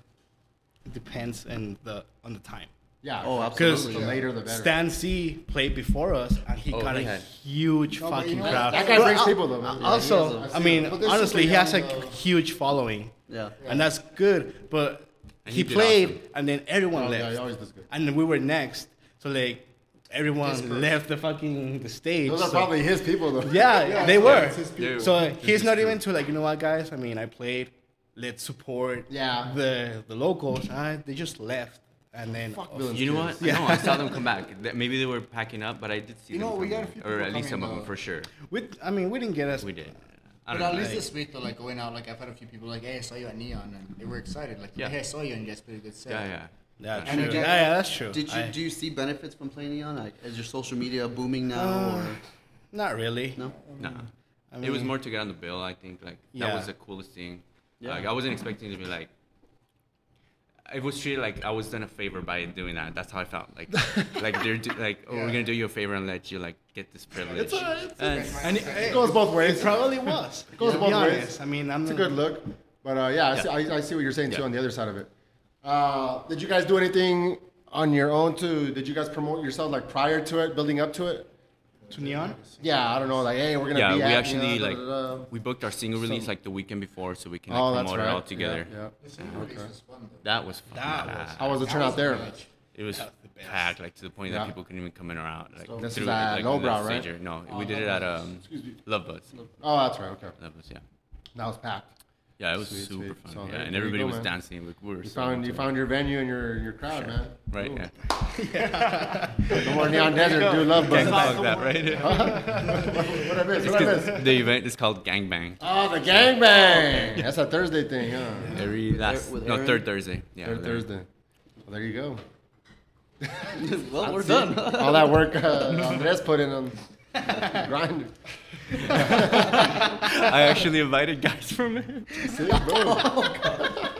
F: depends on the on the time.
A: Yeah.
C: Oh,
A: because
C: absolutely.
A: The later the better.
F: Stan C played before us, and he
D: Oh,
F: got
D: he
F: a
D: had-
F: huge fucking crowd.
A: that guy
F: Well,
A: brings
F: al-
A: people though. Man.
F: Also, I mean,
A: But there's
F: honestly, he
A: something
F: has a
A: on the-
F: huge following,
C: yeah.
F: and that's good. But
D: And
F: he,
D: he did
F: played, and then everyone
A: Oh,
F: left,
A: yeah, he always does good.
F: and then we were next. So like, everyone left the fucking the stage.
A: Those are
F: so-
A: probably his people though.
F: yeah, they were.
A: it's his
D: people.
F: So
D: Yeah.
F: he's not even to like, you know what, guys? I mean, I played. Let's support
A: Yeah.
F: the the locals. I, they just left, and then oh,
A: Fuck Bill and
D: You know
A: Steve.
D: what? No, I saw them come back. That- Maybe they were packing up, but I did see
G: You
D: them.
G: know, we
D: come
G: got a
D: back,
G: few
D: or
G: people
D: at least some
G: coming,
D: of them
G: though.
D: for sure.
F: we, I mean, we didn't get as
D: We did.
H: But
D: I don't
H: at
D: know.
H: least this week, though, like going out, like I've had a few people like, "Hey, I saw you at Neon," and they were excited, like,
D: Yeah.
H: "Hey, I saw you, and you guys played a good set."
D: yeah, yeah.
F: Yeah,
H: And
F: true.
H: again-
F: yeah, yeah, that's true.
C: Did you
F: I-
C: do you see benefits from playing neon? Like, is your social media booming now?
H: Uh,
C: or
F: Not really.
C: no.
D: Nah.
F: I
A: Mm-hmm.
D: it was
F: mean-
D: more to get on the bill, I think. Like that
F: Yeah.
D: was the coolest thing. Like I wasn't expecting to be like it was treated like I was done a favor by doing that. That's how I felt. Like like they're do, like oh we're gonna do you a favor and let you like get this privilege. Uh, And-
F: And it,
A: It goes both ways.
F: it probably was.
A: goes
F: to be
A: both ways.
F: honest. I mean, I'm
A: It's a good look, but uh, yeah, I, see, I, I see what you're saying too
D: Yeah.
A: on the other side of it. Uh, did you guys do anything on your own too? Did you guys promote yourself like prior to it, building up to it?
F: to neon.
A: Yeah, I don't know, like hey, we're gonna
D: yeah,
A: be
D: we
A: at,
D: actually
A: you know,
D: like
A: da, da, da.
D: we booked our single release like the weekend before so we can like,
A: oh, that's
D: promote
A: right,
D: it all together.
A: Yeah, yeah.
H: This new release was fun. Though.
D: That was fucking
F: That
D: badass.
A: How was the turnout there?
D: It was packed, like to the point
A: Yeah.
D: that people couldn't even come in or out. Like
A: This is
D: through,
A: at
D: on the
A: Lowbrow, right?
D: stage or- No, we did it at um, Love Buzz.
A: Oh, that's right. Okay,
D: Love Buzz, yeah.
A: that was packed.
D: Yeah, it was
A: Sweet,
D: super
A: sweet.
D: fun.
A: So
D: yeah,
A: there- there
D: and
A: you
D: everybody
A: go,
D: was
A: man.
D: dancing. Like, we were
A: You
D: so
A: found you
D: into it.
A: found your venue and your your crowd, man.
D: right.
A: Cool.
D: Yeah.
A: No more neon desert, do love
D: Gang
A: bug.
D: bang that, right?
A: what I miss? What I miss?
D: the event is called Gang Bang.
A: Oh, the gangbang. That's a Thursday thing, huh?
D: Every last
C: with
D: no
C: Aaron?
D: third Thursday. Yeah.
A: Third
D: with Aaron.
A: Thursday. Well, there you go.
C: well, we're done.
A: All that work uh, Andres put in on grind.
D: I actually invited guys from it.
A: See, bro.
D: Oh,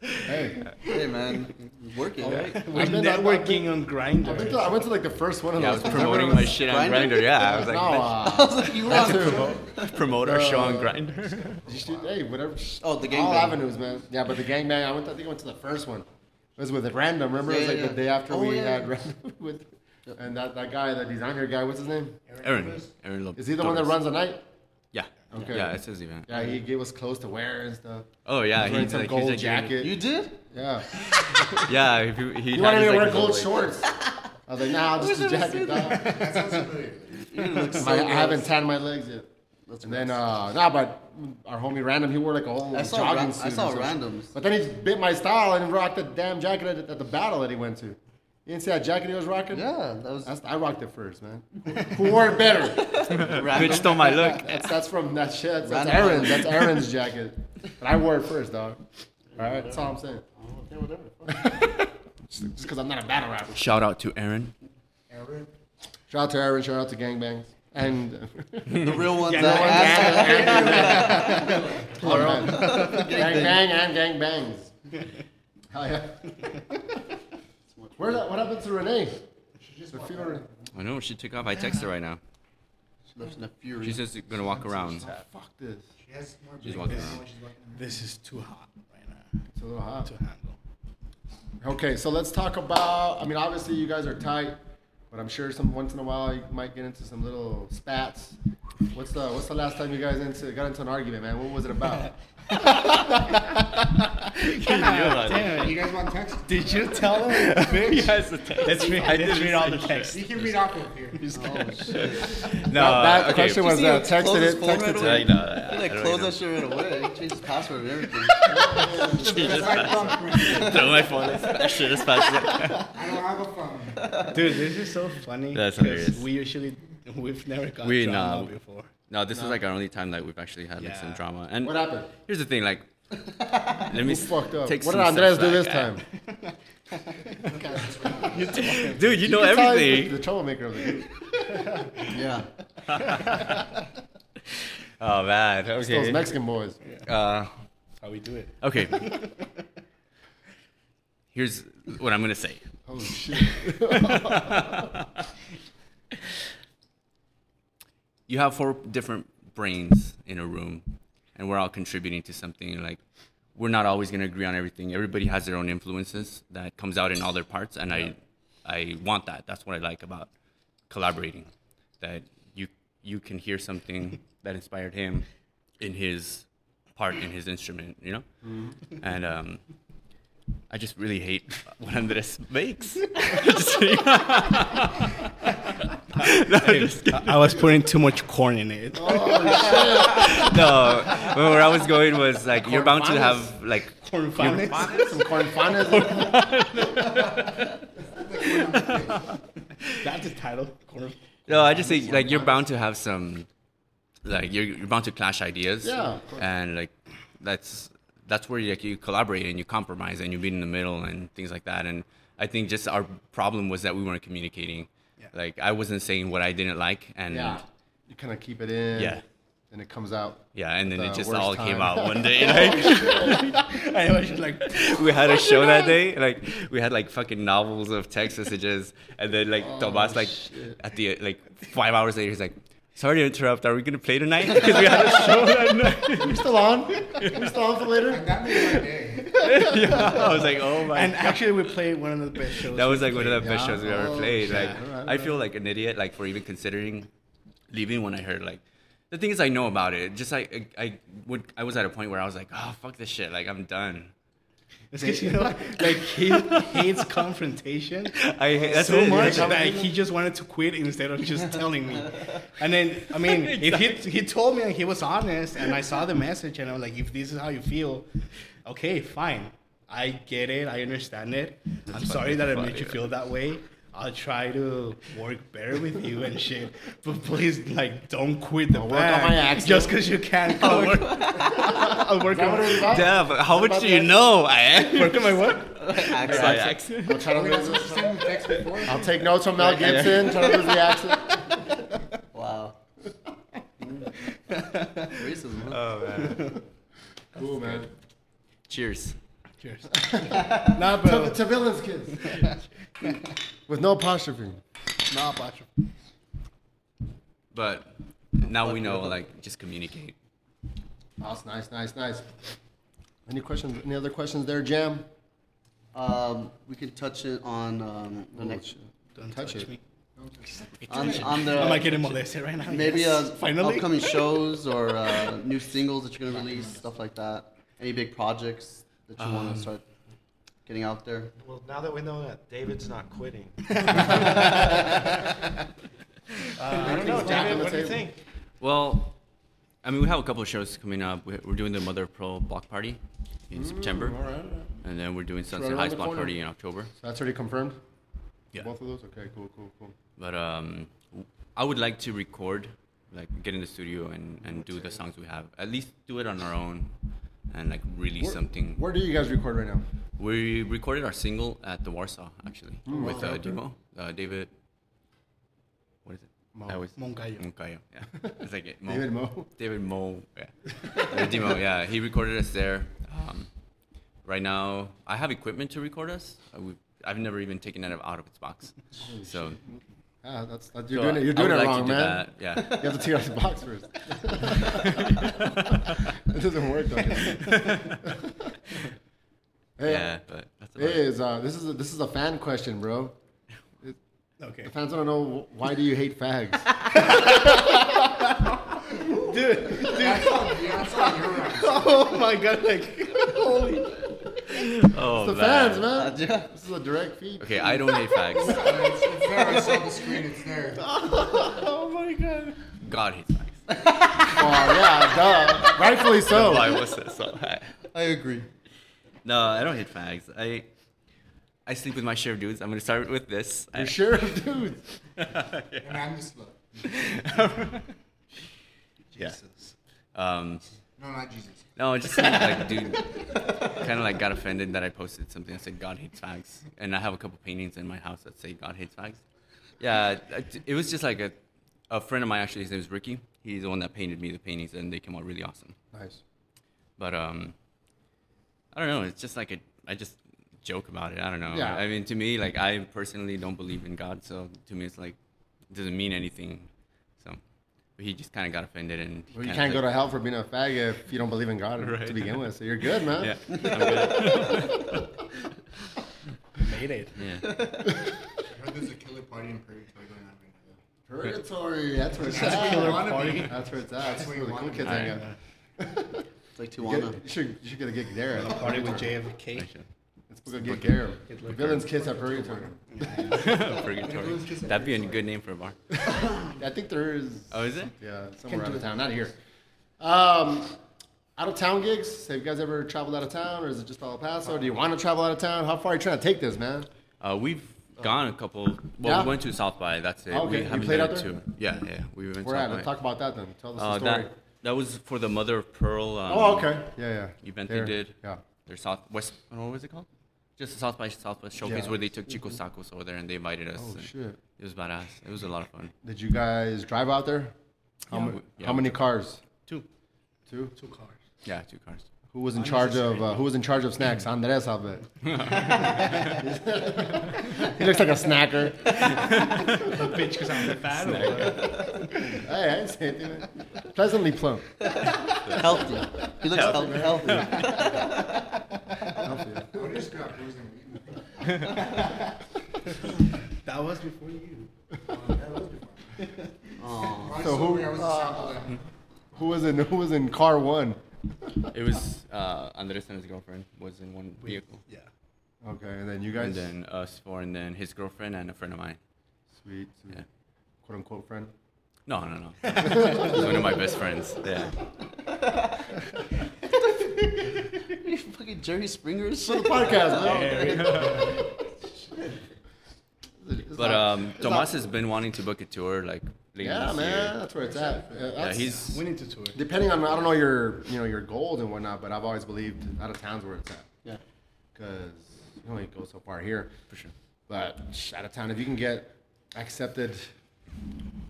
A: hey,
C: hey man, working right.
A: I've been, to- I've been,
F: Networking on
A: I
F: Grindr.
A: went to, I went to like the first one of
D: Yeah, I
A: those.
D: was
A: things. Everyone
D: promoting my shit on
C: Grindr?
D: Grinder. Yeah, I was
A: No,
D: like,
A: uh,
C: you
A: that
C: have
A: too.
D: let's promote our show on Grinder.
A: You should- hey, whatever.
C: Oh, the
A: All
C: gangbang.
A: avenues, man. Yeah, but the gangbang. I went. To, I think I went to the first one. It was with random. Remember, it was
C: Yeah,
A: like
C: yeah.
A: the day after
C: Oh,
A: we
C: yeah.
A: had random with, and that, that guy, that designer guy. What's his name?
D: Aaron. Aaron Lopez.
A: Is he the one that runs the night?
D: Yeah.
A: Okay.
D: Yeah, it's his event.
A: Yeah, he gave us clothes to wear and stuff.
D: Oh yeah,
A: He's wearing
D: he's
A: some
D: like, he's
A: gold
D: like, doing-
A: jacket.
C: You did?
A: yeah.
D: Yeah, he, he
A: You wanted
D: had
A: me to wear
D: his,
A: gold
D: like, whole, like-
A: shorts. I was like, nah, just a jacket, dog.
H: That sounds familiar.
A: My- I haven't tanned my legs yet.
C: That's
A: And then, uh, nah, but our homie Random, he wore like a whole
C: I saw
A: jogging
C: Ran- I
A: suit. and
C: saw
A: stuff.
C: Randoms.
A: But then he bit my style and rocked that damn jacket at, at the battle that he went to. You didn't see that jacket he was rocking?
C: Yeah, that was
A: That's, I rocked it first, man. Who wore it better?
D: Bitch
C: random.
D: stole my look.
A: That's, that's from that shit. That's, that's
C: Random.
A: Aaron's. That's Aaron's jacket. But I wore it first, dog. All right, that's all I'm saying.
H: Okay, whatever.
A: Just because I'm not a battle rapper.
D: Shout out to Aaron.
H: Aaron.
A: Shout out to Aaron. Shout out to Gangbangs. And
C: The real ones.
A: No
C: that
A: one
C: ask-
A: gang- Plural. Gang bang and gang bangs. Hell yeah. Where that, what happened to Renee? The funeral.
D: I know she took off. I text her right now.
C: Left in a fury.
D: She's just gonna walk around.
A: Fuck this.
H: She has more
D: She's
H: big
D: walking
H: than
D: around.
H: what she's walking around.
F: This is too hot right now
A: It's a little hot.
F: to handle.
A: Okay, so let's talk about. I mean, obviously you guys are tight, but I'm sure some once in a while you might get into some little spats. What's the What's the last time you guys into got into an argument, man? What was it about?
H: You guys want text?
F: Did you tell him?
D: Yes, the text.
F: Let's read,
D: I
F: let's
D: did
F: read all the text.
H: You can read off of here.
D: Oh, No,
A: that
D: okay.
A: question was
C: see
A: uh,
C: it close
A: texted
C: his
A: it.
C: phone
A: Texted
C: right
A: to-
C: away?
D: I know.
C: He
D: I
C: like
D: don't
C: closed
D: know.
C: that shit right away. He changed his password and everything.
D: Throw my phone. and smash it as fast as I can.
H: I don't have a phone.
F: Dude, this is so funny.
D: That's
F: 'cause
D: hilarious.
F: We usually, we've never got
D: We- nah.
F: drama before.
D: No, this is like our only time like we've actually had like some
F: Yeah.
D: drama. And
A: What happened?
D: here's the thing, like, let me
A: Who
D: s-
A: fucked up?
D: take
A: What
D: some
A: did Andres
D: steps
A: do
D: back.
A: this time?
D: Dude, you know
A: You can tell he's the-
D: everything.
A: The troublemaker of the group.
C: yeah.
D: Oh man.
A: Those
D: Okay.
A: Mexican boys.
D: Uh,
F: That's how we do it.
D: okay. here's what I'm gonna say.
A: Oh shit.
D: you have four different brains in a room and we're all contributing to something like we're not always going to agree on everything everybody has their own influences that comes out in all their parts and i i want that that's what i like about collaborating that you you can hear something that inspired him in his part in his instrument you know and um I just really hate what Andres makes. Just kidding. No, just kidding.
F: I was putting too much corn in it.
D: No, where I was going was like you're bound to have like
F: Corn finance.
A: Some cornfanas.
F: That's the title. Corn.
D: no, I just say like you're bound to have some like you're you're bound to clash ideas.
A: Yeah, of course.
D: and like that's that's where like you collaborate and you compromise and you meet in the middle and things like that. And I think just our problem was that we weren't communicating. Like I wasn't saying what I didn't like, and
A: yeah.
D: yeah,
A: You kind of keep it in.
D: Yeah.
A: And it comes out.
D: and then
A: The
D: it just
A: worst
D: all
A: time.
D: came out one day. Like,
F: I was just like,
D: we had a show that day. Like we had like fucking novels of text messages, and then like Tomas like at the like five hours later he's like, "Sorry to interrupt. Are we gonna play tonight? Because we had a show that night."
A: We're still on. We're still on for later.
H: That made my day.
D: yeah. I was like, "Oh my."
F: and actually, we played one of the best shows.
D: that was like one of the best shows we ever
A: Oh,
D: played.
A: shit.
D: Like
A: Alright,
D: I feel like an idiot like for even considering leaving when I heard like. The thing is, I know about it. Just like I, I would, I was at a point where I was like, "Oh, fuck this shit! Like, I'm done."
F: It's 'cause, you know, like he hates confrontation
D: I hate that's
F: so
D: it.
F: much that he just wanted to quit instead of just telling me. And then, I mean, if he he told me and he was honest, and I saw the message, and I'm like, if this is how you feel, okay, fine, I get it, I understand it. I'm sorry that I
D: funny,
F: made you
D: yeah.
F: feel that way. I'll try to work better with you and shit, but please, like, don't quit the
A: I'll
F: band
A: work on my accent.
F: just because you can't. I'll work, I'll work on my
D: Yeah, but how much
A: about
D: do
A: the
D: you know? I
F: work on my what?
D: Sorry, accent.
A: I'll try to lose
H: You sent me text before.
A: I'll take notes from Mel Gibson. Try to lose the accent.
C: Wow. Racism. huh?
A: Uh, Cool, man.
D: Cheers.
F: Cheers. nah, bro.
A: To, to villains, kids. With no apostrophe.
F: Nah, Pacho.
D: But now we know, like, just communicate.
A: That's Oh, nice, nice, nice. Any questions? Any other questions there, Jam?
C: Um, we can touch it on um,
D: Oh,
C: the next.
F: Don't
A: Touch
F: touch,
A: it.
F: me.
C: On, on the
F: Am I getting molested right now?
C: maybe
F: Yes.
C: uh,
F: finally.
C: upcoming shows or uh,
D: Um,
C: new singles that you're gonna release, stuff like that. Any big projects that you want to start? getting out there?
I: Well, now that we know that David's not quitting, Uh, I don't know, David. What do you think?
D: Well, I mean, we have a couple of shows coming up. We're we're doing the Mother of Pearl block party in September,
A: all right, all right.
D: and then we're doing Sunset
A: around
D: Heights
A: the
D: block
A: corner.
D: party in October.
A: So that's already confirmed.
D: Yeah.
A: Both of those. Okay. Cool. Cool. Cool.
D: But um, I would like to record, like get in the studio and, and do the songs we have. At least do it on our own, and like release
A: Where-
D: something.
A: Where do you guys record right now?
D: We recorded our single at the Warsaw actually
A: Mm.
D: with uh, Demo, uh, David. What is it? Mo. was
F: Moncayo.
D: Moncayo. Yeah, it's like it. Mo.
A: David Mo?
D: David Mo. Yeah, Uh, Demo. Yeah, he recorded us there. Um, right now, I have equipment to record us. Uh, we I've never even taken it out of its box. so
A: Ah, that's, that, you're
D: so
A: doing
D: I-
A: it. You're
D: I
A: doing it
D: would like
A: wrong,
D: to do
A: man.
D: that, Yeah.
A: You have to tear out the box first. it doesn't work. Though. hey,
D: yeah, but that's
A: it
D: about it.
A: is. Uh, this is a, this is a fan question, bro.
F: Okay.
A: The fans want to know why do you hate fags?
F: oh my god! Like holy.
D: Oh,
A: the
D: man.
A: fans, man.
C: yeah.
A: This is a direct feed.
D: Okay, I don't hate fags.
H: It's, it's there. It's on the screen. It's there.
F: Oh my god.
D: God hates fags.
A: Oh yeah, duh. Rightfully Oh, so.
D: Why was that so high?
C: I agree.
D: No, I don't hate fags. I I sleep with my share of dudes. I'm gonna start with this. I,
A: You're sure, dude.
H: And I'm just look.
D: yeah. Um,
H: No, not Jesus.
D: no, I just like dude, kind of like got offended that I posted something that said God hates fags, and I have a couple paintings in my house that say God hates fags. Yeah, I- it was just like a a friend of mine actually. His name is Ricky. He's the one that painted me the paintings, and they came out really awesome.
A: Nice.
D: But um, I don't know. It's just like a, I just joke about it. I don't know.
A: Yeah.
D: I mean, to me, like I personally don't believe in God, so to me, it's like it doesn't mean anything. So but he just kind of got offended, and he
A: Well, you
D: kinda
A: can't go to
D: like-
A: hell for being a fag if you don't believe in God to begin with. So you're good, man.
D: Yeah, I'm good.
F: Made it.
D: yeah.
H: I heard there's a killer party in Purgatory going on right now.
A: Purgatory. That's where it's
H: That's
A: at.
H: where you wanna be.
A: That's where it's at. That's
H: where
A: where
H: you
A: the cool
H: wanna
A: kids
H: be.
A: hang out.
C: It's like
A: You,
C: Tijuana.
A: get- you should you should get a gig there.
F: Party with JFK.
A: Let's go get Garem. The villains' kids at Purgatory.
D: Purgatory. That'd be a good name for a bar.
A: I think there is.
D: Oh, is it?
A: Yeah, somewhere out of town, not here. Um, out of town gigs. Have you guys ever traveled out of town, or is it just El Paso? Do you want to travel out of town? How far are you trying to take this, man?
D: Uh, we've gone a couple. Well,
A: Yeah.
D: we went to South by. That's it.
A: Oh, okay.
D: We
A: You
D: haven't
A: played
D: done
A: out
D: it
A: there?
D: to- Yeah, yeah. We went.
A: We're
D: South
A: at.
D: by.
A: Let's talk about that then. Tell us
D: Uh,
A: the story.
D: that that was for the Mother of Pearl. Um,
A: oh, okay. Yeah, yeah.
D: event
A: There.
D: they did.
A: Yeah.
D: Their Southwest. What was it called? Just the South by Southwest showcase
A: Yeah. Mm-hmm.
D: where they took Chico Sacos over there and they invited us.
A: Oh,
D: and
A: shit.
D: It was badass. It was a lot of fun.
A: Did you guys drive out there? How, ma-
D: we- yeah,
A: how
D: we
A: many cars?
D: Two.
A: Two.
D: Yeah, two cars.
A: Who was in charge of uh, Who was in charge of snacks? Andres, I'll bet. he looks like a snacker.
F: Bitch, because I'm fat.
A: Hey, I didn't say anything, man. Pleasantly plump.
C: healthy. He looks healthy. healthy.
H: I would just grab booze and weed.
F: That was before you.
H: That was good.
C: Aw.
H: Probably
A: So who- uh,
H: sober, I was a sample.
A: Who was in Who was in car one?
D: It was uh, Andres and his girlfriend was in one vehicle,
F: Yeah.
A: Okay, and then you guys.
D: and then us four, and then his girlfriend and a friend of mine.
A: sweet, sweet
D: Yeah.
A: quote unquote friend.
D: No, no, no. He's one of my best friends. Yeah.
C: You fucking Jerry Springer and
A: For
C: shit.
A: the podcast, man.
D: But um, Tomas has been wanting to book a tour like later
A: yeah,
D: this
A: man,
D: year.
A: that's where it's at. Yeah,
D: Yeah,
A: that's-
D: he's
F: We need to tour.
A: depending on I don't know your you know your goals and whatnot, but I've always believed out of town's where it's at
C: Yeah.
A: because you only go so far here.
D: for sure.
A: But shh, out of town, if you can get accepted,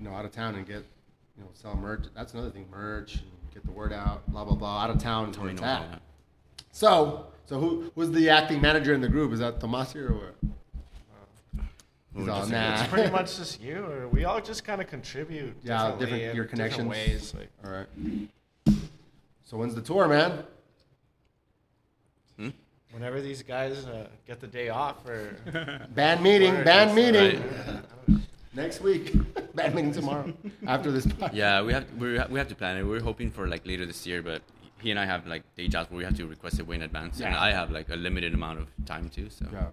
A: you know, out of town and get you know sell merch, that's another thing. Merch, and get the word out, blah blah blah. Out of town is where
D: We
A: it's
D: know all
A: at.
D: that.
A: So, so who was the acting manager in the group? Is that Tomas here or what? He's
D: We're
A: all,
D: just-
A: nah.
I: It's pretty much just you, or we all just kind of contribute.
A: yeah,
I: differently
A: different
I: in
A: your connections.
I: ways. Like,
A: All right. So when's the tour, man?
I: whenever these guys uh, get the day off, or
A: Band meeting, band meeting.
D: Right.
A: Next week. Band meeting tomorrow. After this. podcast.
D: Yeah, we have we have, we have to plan it. We're hoping for like later this year, but he- he and I have like day jobs where we have to request it way in advance, and
A: Yeah.
D: I have like a limited amount of time too. So
A: Yeah.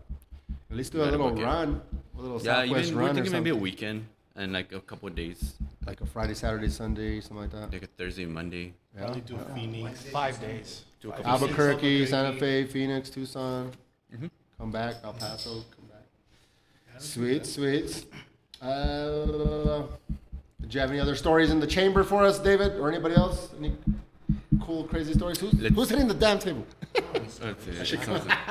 A: At least do
D: You
A: a
D: gotta
A: little
D: book it.
A: run, a little
D: yeah,
A: Southwest
D: even
A: run
D: we're
A: or
D: thinking maybe a
A: something.
D: weekend and like a couple of days,
A: like a Friday, Saturday, Sunday, something like that.
D: like a Thursday, Monday.
A: Yeah.
F: do Phoenix.
I: Five days.
D: Do a couple of days.
A: Albuquerque, Santa Fe, Phoenix, Tucson. Come back, El Paso. Come back. Sweet, sweet. Uh, did you have any other stories in the chamber for us, David, or anybody else? Any cool, crazy stories? Who's,
D: Let's-
A: who's hitting the damn table?
D: Let's see. Sounds-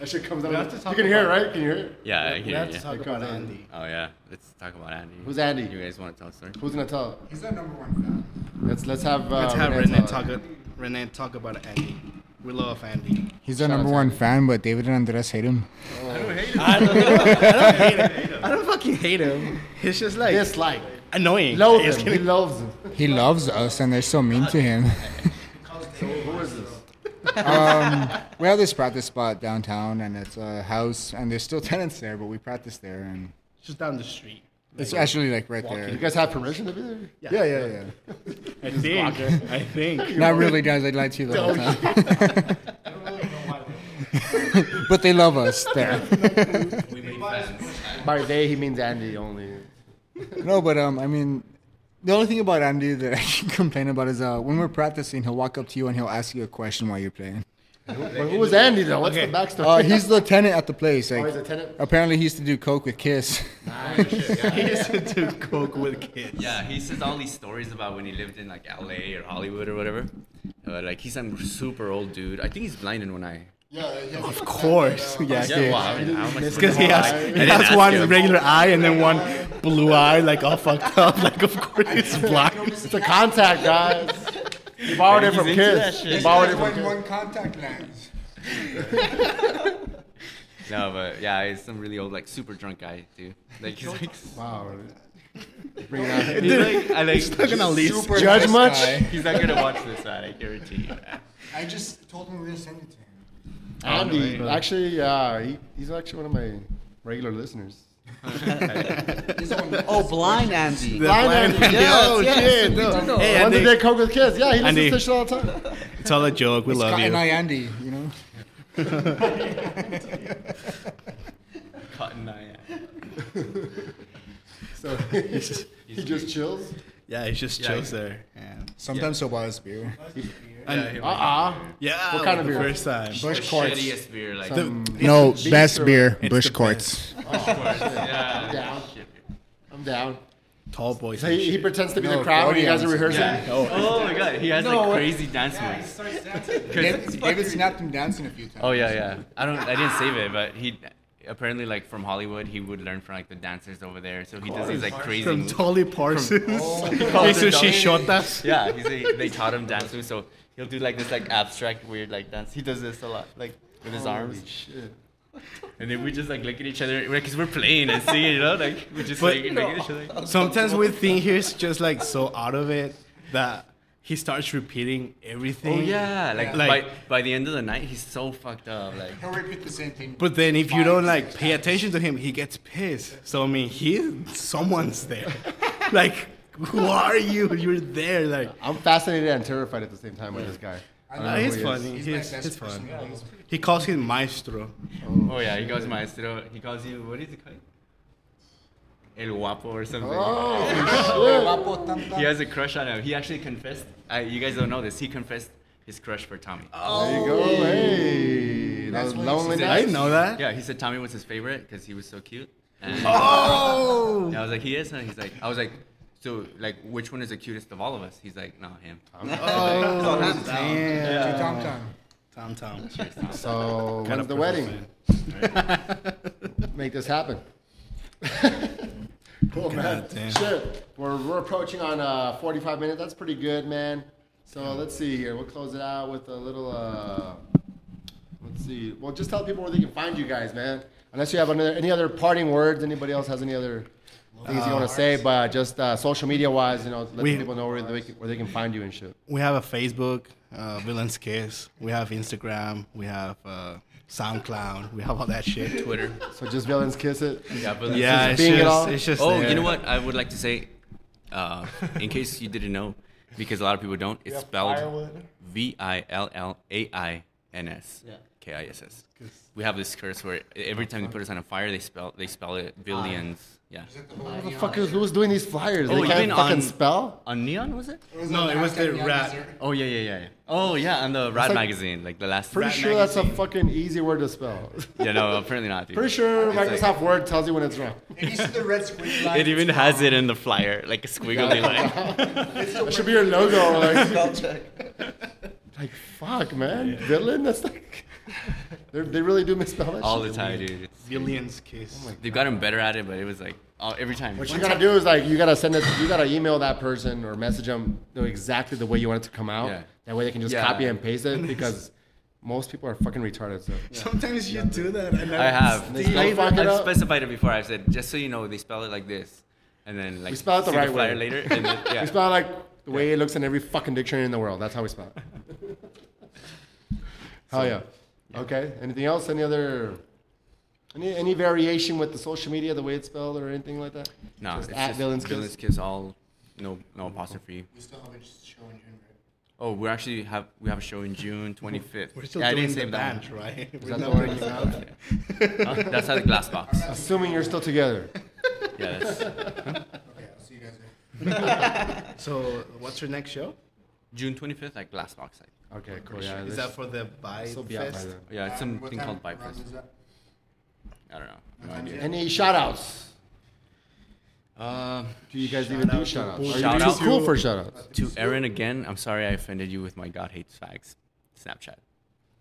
A: That shit comes out.
I: have to
A: You
I: talk
A: can hear it,
I: about-
A: right? Can you hear it?
D: Yeah, I
I: We
D: hear
I: have
D: you.
I: to talk
A: Like,
I: about
A: uh,
I: Andy.
D: Oh yeah, let's talk about Andy.
A: Who's Andy?
D: You guys want to tell a story?
A: Who's gonna tell?
H: He's their number one fan.
A: Let's let's have uh,
F: Let's have
A: Renee
F: Renee
A: it.
F: talk. Renee talk about Andy. We love Andy.
G: He's the number one fan, but David and Andres hate him.
F: I don't fucking hate him. He's just like
A: Dislike.
F: annoying.
A: Loathe
F: It's
A: him.
F: gonna-
A: He loves him.
G: He loves us, and they're so mean to him.
A: Who is this?
G: We have this practice spot downtown, and it's a house, and there's still tenants there, but we practice there, and
F: just down the street.
G: it's actually like right
A: You
G: there.
A: guys have permission to be there?
G: Yeah, yeah, yeah.
F: I think. I think.
G: Not really, guys. I lied to you the whole time. but they love us there.
D: We made fans.
A: By they, he means Andy only.
G: No, but um, I mean, the only thing about Andy that I can complain about is uh, when we're practicing, he'll walk up to you and he'll ask you a question while you're playing.
A: But who was Andy though? What's the backstory? Oh,
G: Uh, he's the tenant at the place. Like,
A: he's a tenant?
G: Apparently, he used to do coke with Kiss.
F: He used to do coke with kids.
D: Yeah, he says all these stories about when he lived in like LA or Hollywood or whatever. Uh, like he's some super old dude. I think he's blind in one eye.
H: Yeah, he has
F: Of course. Yeah.
D: Yeah, wow. I mean, how am I supposed to-
F: Because he has,
D: I
F: he
D: didn't
F: has
D: ask
F: one
D: him.
F: regular eye and then one blue eye, like all fucked up. Like, of course, he's blind.
A: It's a contact, guys. He borrowed it from kids. He borrowed it from kids.
G: one contact lens.
D: No, but yeah, he's some really old, like super drunk guy too. Like he's like,
A: Wow. Bring it out.
D: he's like, I like
F: He's not gonna leave.
A: Judge much?
D: He's not gonna watch this ad, I guarantee you.
H: I just told him we were gonna send it to him.
A: Andy, actually, yeah, he, he's actually one of my regular listeners.
C: Oh, blind Andy.
A: Blind Andy. Yes,
F: oh,
A: yes,
F: shit.
A: we do know.
F: Hey,
A: One that
F: Andy.
A: did coke with kids. Yeah, he listens
F: Andy.
A: to this shit all the time.
F: It's all a joke. We love
G: Cotton Eye
F: you.
G: Andy, you know.
D: Cotton eye.
A: So he just, he just chills.
F: Yeah, he just chills there. Yeah.
G: Sometimes he'll buy us beer.
A: Uh-uh.
F: yeah
A: What kind of
F: the
A: beer?
F: First time.
G: Bush Quartz.
D: Shittiest beer, like
A: Mm,
G: No,
A: best
G: best beer,
F: It's
G: Bush
F: the
G: Quartz.
A: I'm down. I'm down.
F: Tall boys.
A: So
F: and
A: he, he
F: shit.
A: pretends to be the crowd when you guys are rehearsing.
D: Oh my god, he has like crazy dance moves.
G: David, David snapped him dancing a few times.
D: Oh yeah, yeah. I don't. I didn't save it, but he apparently like from Hollywood, he would learn from like the dancers over there. So he does these like crazy.
F: From
D: moves.
F: Tolly Parsons.
D: calls it
F: Sushi Shotas.
D: Yeah, he's a, they taught him dance moves, so he'll do like this like abstract weird like dance. He does this a lot, like with his arms. And then we just like look at each other, because we're playing and singing, you know, like we just
F: But-
D: like look at each other.
F: Sometimes we think he's just like so out of it that he starts repeating everything.
D: Oh yeah, like,
F: Like-
D: by by the end of the night, he's so fucked up. Like
G: He'll repeat the same thing.
F: But then if you don't like pay attention to him, he gets pissed. So I mean, he someone's there. like, who are you? You're there. Like,
A: I'm fascinated and terrified at the same time with this guy. I don't know
F: Oh, he's
A: who he is.
F: funny. He's, he's, fun. He calls him maestro.
D: oh yeah, he calls maestro. He calls you what is it called? El guapo or something.
A: Oh.
D: He has a crush on him. He actually confessed. I, you guys don't know this. He confessed his crush for Tommy.
A: There you
F: Oh.
A: go. Hey, that was lonely
F: I
A: night.
F: didn't know that.
D: Yeah, he said Tommy was his favorite because he was so cute. And
F: Oh.
D: And I was like, he is. And he's like, I was like, so like, which one is the cutest of all of us? He's like, no, him.
F: Oh, Damn.
D: uh,
G: Tom Tom.
F: Tom Tom.
A: So when's
F: Kind of
A: the
F: perfect
A: wedding? Make this happen. cool, man.
F: damn.
A: Shit, we're, we're approaching on uh, 45 minutes. That's pretty good, man. So let's see here. We'll close it out with a little. Uh, let's see. Well, just tell people where they can find you guys, man. Unless you have another, any other parting words, anybody else has any other things you want to say, but just uh, social media wise, you know, let
F: We-
A: people know where they, can, where they can find you and shit.
F: We have a Facebook, uh, Villains Kiss. We have Instagram. We have uh, SoundCloud. We have all that shit.
D: Twitter.
A: So just villains kiss it.
D: Yeah, but
F: Yeah,
A: It's just
F: it's
A: being it
F: just,
A: all.
F: it's just.
D: Oh,
F: there.
D: you know what? I would like to say, uh, in case you didn't know, because a lot of people don't. It's
I: Yeah,
D: spelled
I: firewood.
D: V I L L A I N S
C: Yeah.
D: K I S S. We have this curse where every time they put us on a fire, they spell they spell it billions. Yeah.
A: Who the fuck Ah. is who was doing these flyers?
D: Oh,
A: they
D: you
A: can't
D: mean
A: fucking
D: on-
A: spell.
D: On Neon was it?
F: No, it was the rat.
D: Oh yeah, yeah, yeah. yeah. Oh yeah, on the Rad
A: like-
D: magazine, like the last.
A: Pretty sure that's a fucking easy word to spell.
D: yeah, no, apparently not. dude.
A: Pretty sure
D: It's like-
A: Microsoft Word tells you when it's wrong.
H: If you see the red squiggly line,
D: it even has it in the flyer, like a squiggly line.
A: That should be your logo. Like,
C: Spell check.
A: like fuck, man. Villain? That's like. They're, they really do misspell that
D: All
A: shit.
D: the time, dude. It's-
F: Billions kiss.
D: They've gotten better at it, but it was like oh, every time.
A: What you gotta do is like you gotta send it. You gotta email that person or message them exactly the way you want it to come out.
D: Yeah.
A: That way they can just
D: Yeah.
A: copy and paste it because most people are fucking retarded. So
F: Sometimes you do that. And
D: I have.
A: They still
D: I've,
A: fuck it
D: I've
A: up.
D: specified it before. I've said just so you know, they spell it like this, and then like
A: We spell it the
D: see
A: right
D: flyer
A: way.
D: later. And then, yeah.
A: we spell it like the way it looks in every fucking dictionary in the world. That's how we spell it. Hell yeah. Okay. Anything else? Any other? Any any variation with the social media, the way it's spelled, or anything like that?
D: no,
A: Just
D: it's
A: at
D: just
A: Villains Kiss?
D: villains, villains kiss. All no no apostrophe.
H: we still have it just showing you.
D: Oh, we actually have we have a show in June 25th.
F: We're still
D: yeah, I
F: doing
D: didn't
F: the
D: save that.
F: band, right? We're
A: that
F: not
A: the one
F: doing
A: you
F: that.
A: found?
D: one. Huh? That's at the glass box.
A: Assuming you're still together.
D: Yeah, that's
H: Okay, I'll see you guys there.
F: So, what's your next show?
D: June 25th at glass box.
A: Okay. Cool. Yeah.
F: Is that for the Buy
A: this will be out by
F: Fest?
A: then.
D: Yeah, it's
H: What
D: something
H: time
D: called Bite
H: round
D: Fest.
H: is that?
D: I don't know. No
H: What time
D: idea.
H: is it?
A: Any shout outs?
D: Um,
A: Do you guys even do shout outs?
D: Shout
A: Are you
D: out
A: too cool for shout outs?
D: to Aaron again. I'm sorry I offended you with my God hates fags Snapchat.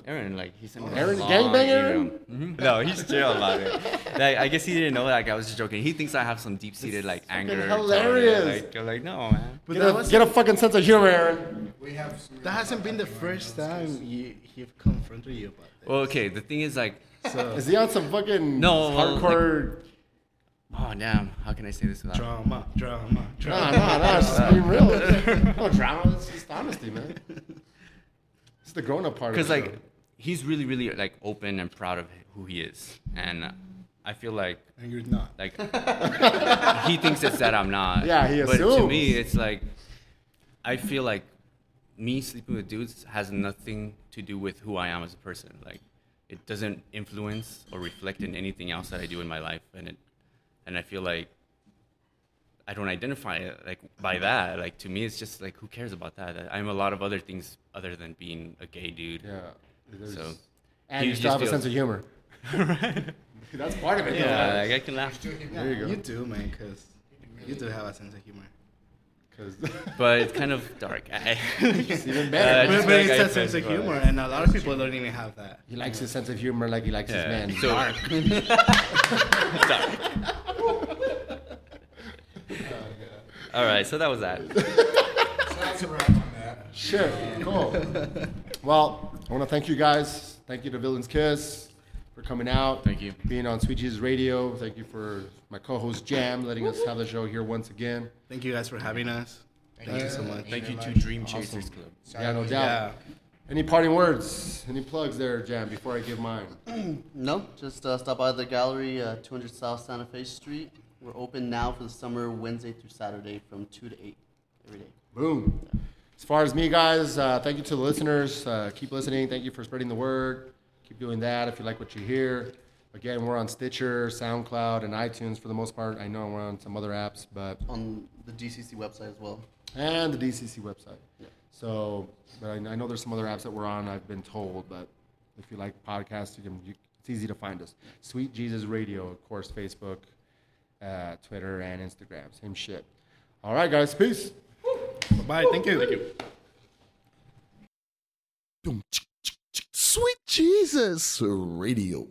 D: Aaron, like he sent me.
A: Aaron, Mm-hmm. gangbang Aaron?
D: hmm No, he's chill about it. Like I guess he didn't know. Like I was just joking. He thinks I have some deep seated like anger. towards it,
A: hilarious.
D: Like, I'm like no man.
F: But
A: Get
F: that,
A: a,
F: was,
A: get a fucking sense of humor, Aaron.
H: We have some.
F: that hasn't been the first time you, he've confronted you about
D: Well, okay. The thing is like,
A: Is he on some fucking
D: No, well,
A: hardcore?
D: oh damn, how can I say this without?
F: drama, drama,
A: Nah,
F: drama.
A: nah, nah. It's just being real. No drama. It's just honesty, man. It's the grown up part. of
D: because
A: the
D: like
A: show.
D: he's really really like open and proud of who he is and uh, i feel like
F: And you're not.
D: like he thinks it's that i'm not
A: Yeah, he
D: but to
A: assumes.
D: me it's like i feel like me sleeping with dudes has nothing to do with who i am as a person like it doesn't influence or reflect in anything else that i do in my life and it and i feel like I don't identify uh, like by that. Like to me, it's just like who cares about that? I'm a lot of other things other than being a gay dude.
A: yeah. There's-
D: So
A: and
D: you
A: you still have
D: just
A: a
D: feel-
A: sense of humor. That's part of it.
D: Yeah, like I can laugh.
F: Yeah, you, do, man, because you do have a sense of humor.
A: Because
D: But it's kind of dark. I-
A: it's even
D: Uh, I
A: better.
F: But,
D: just
F: but
D: feel like
F: it's
D: I
F: a sense of
D: offend
F: humor, and a lot of people don't even have that.
A: he likes his sense of humor like he likes
D: Yeah,
A: his man.
D: so- dark. All right, so that was that.
H: So that's a wrap on that.
A: Sure. Cool. Well, I want to thank you guys. Thank you to Villains Kiss for coming out.
D: Thank you.
A: Being on Sweet Jesus Radio. Thank you for my co host Jam letting us have the show here once again.
F: Thank you guys for having us. Thank you so much.
D: Thank you to Dream Chasers Club.
A: Yeah, no doubt.
F: Yeah.
A: Any parting words? Any plugs there, Jam, before I give mine?
C: No, just uh, stop by the gallery, uh, 200 South Santa Fe Street. We're open now for the summer, Wednesday through Saturday, from two to eight every day.
A: Boom. As far as me, guys, uh, thank you to the listeners. Uh, keep listening. Thank you for spreading the word. Keep doing that if you like what you hear. Again, we're on Stitcher, SoundCloud, and iTunes for the most part. I know we're on some other apps, but
C: On the DCC website as well.
A: and the DCC website. So, but I, I know there's some other apps that we're on. I've been told, but if you like podcasts, you can. You, it's easy to find us. Sweet Jesus Radio, of course, Facebook, uh, Twitter, and Instagram. Same shit. All right, guys. Peace.
F: Bye. Thank you. Thank you.
B: Sweet Jesus Radio.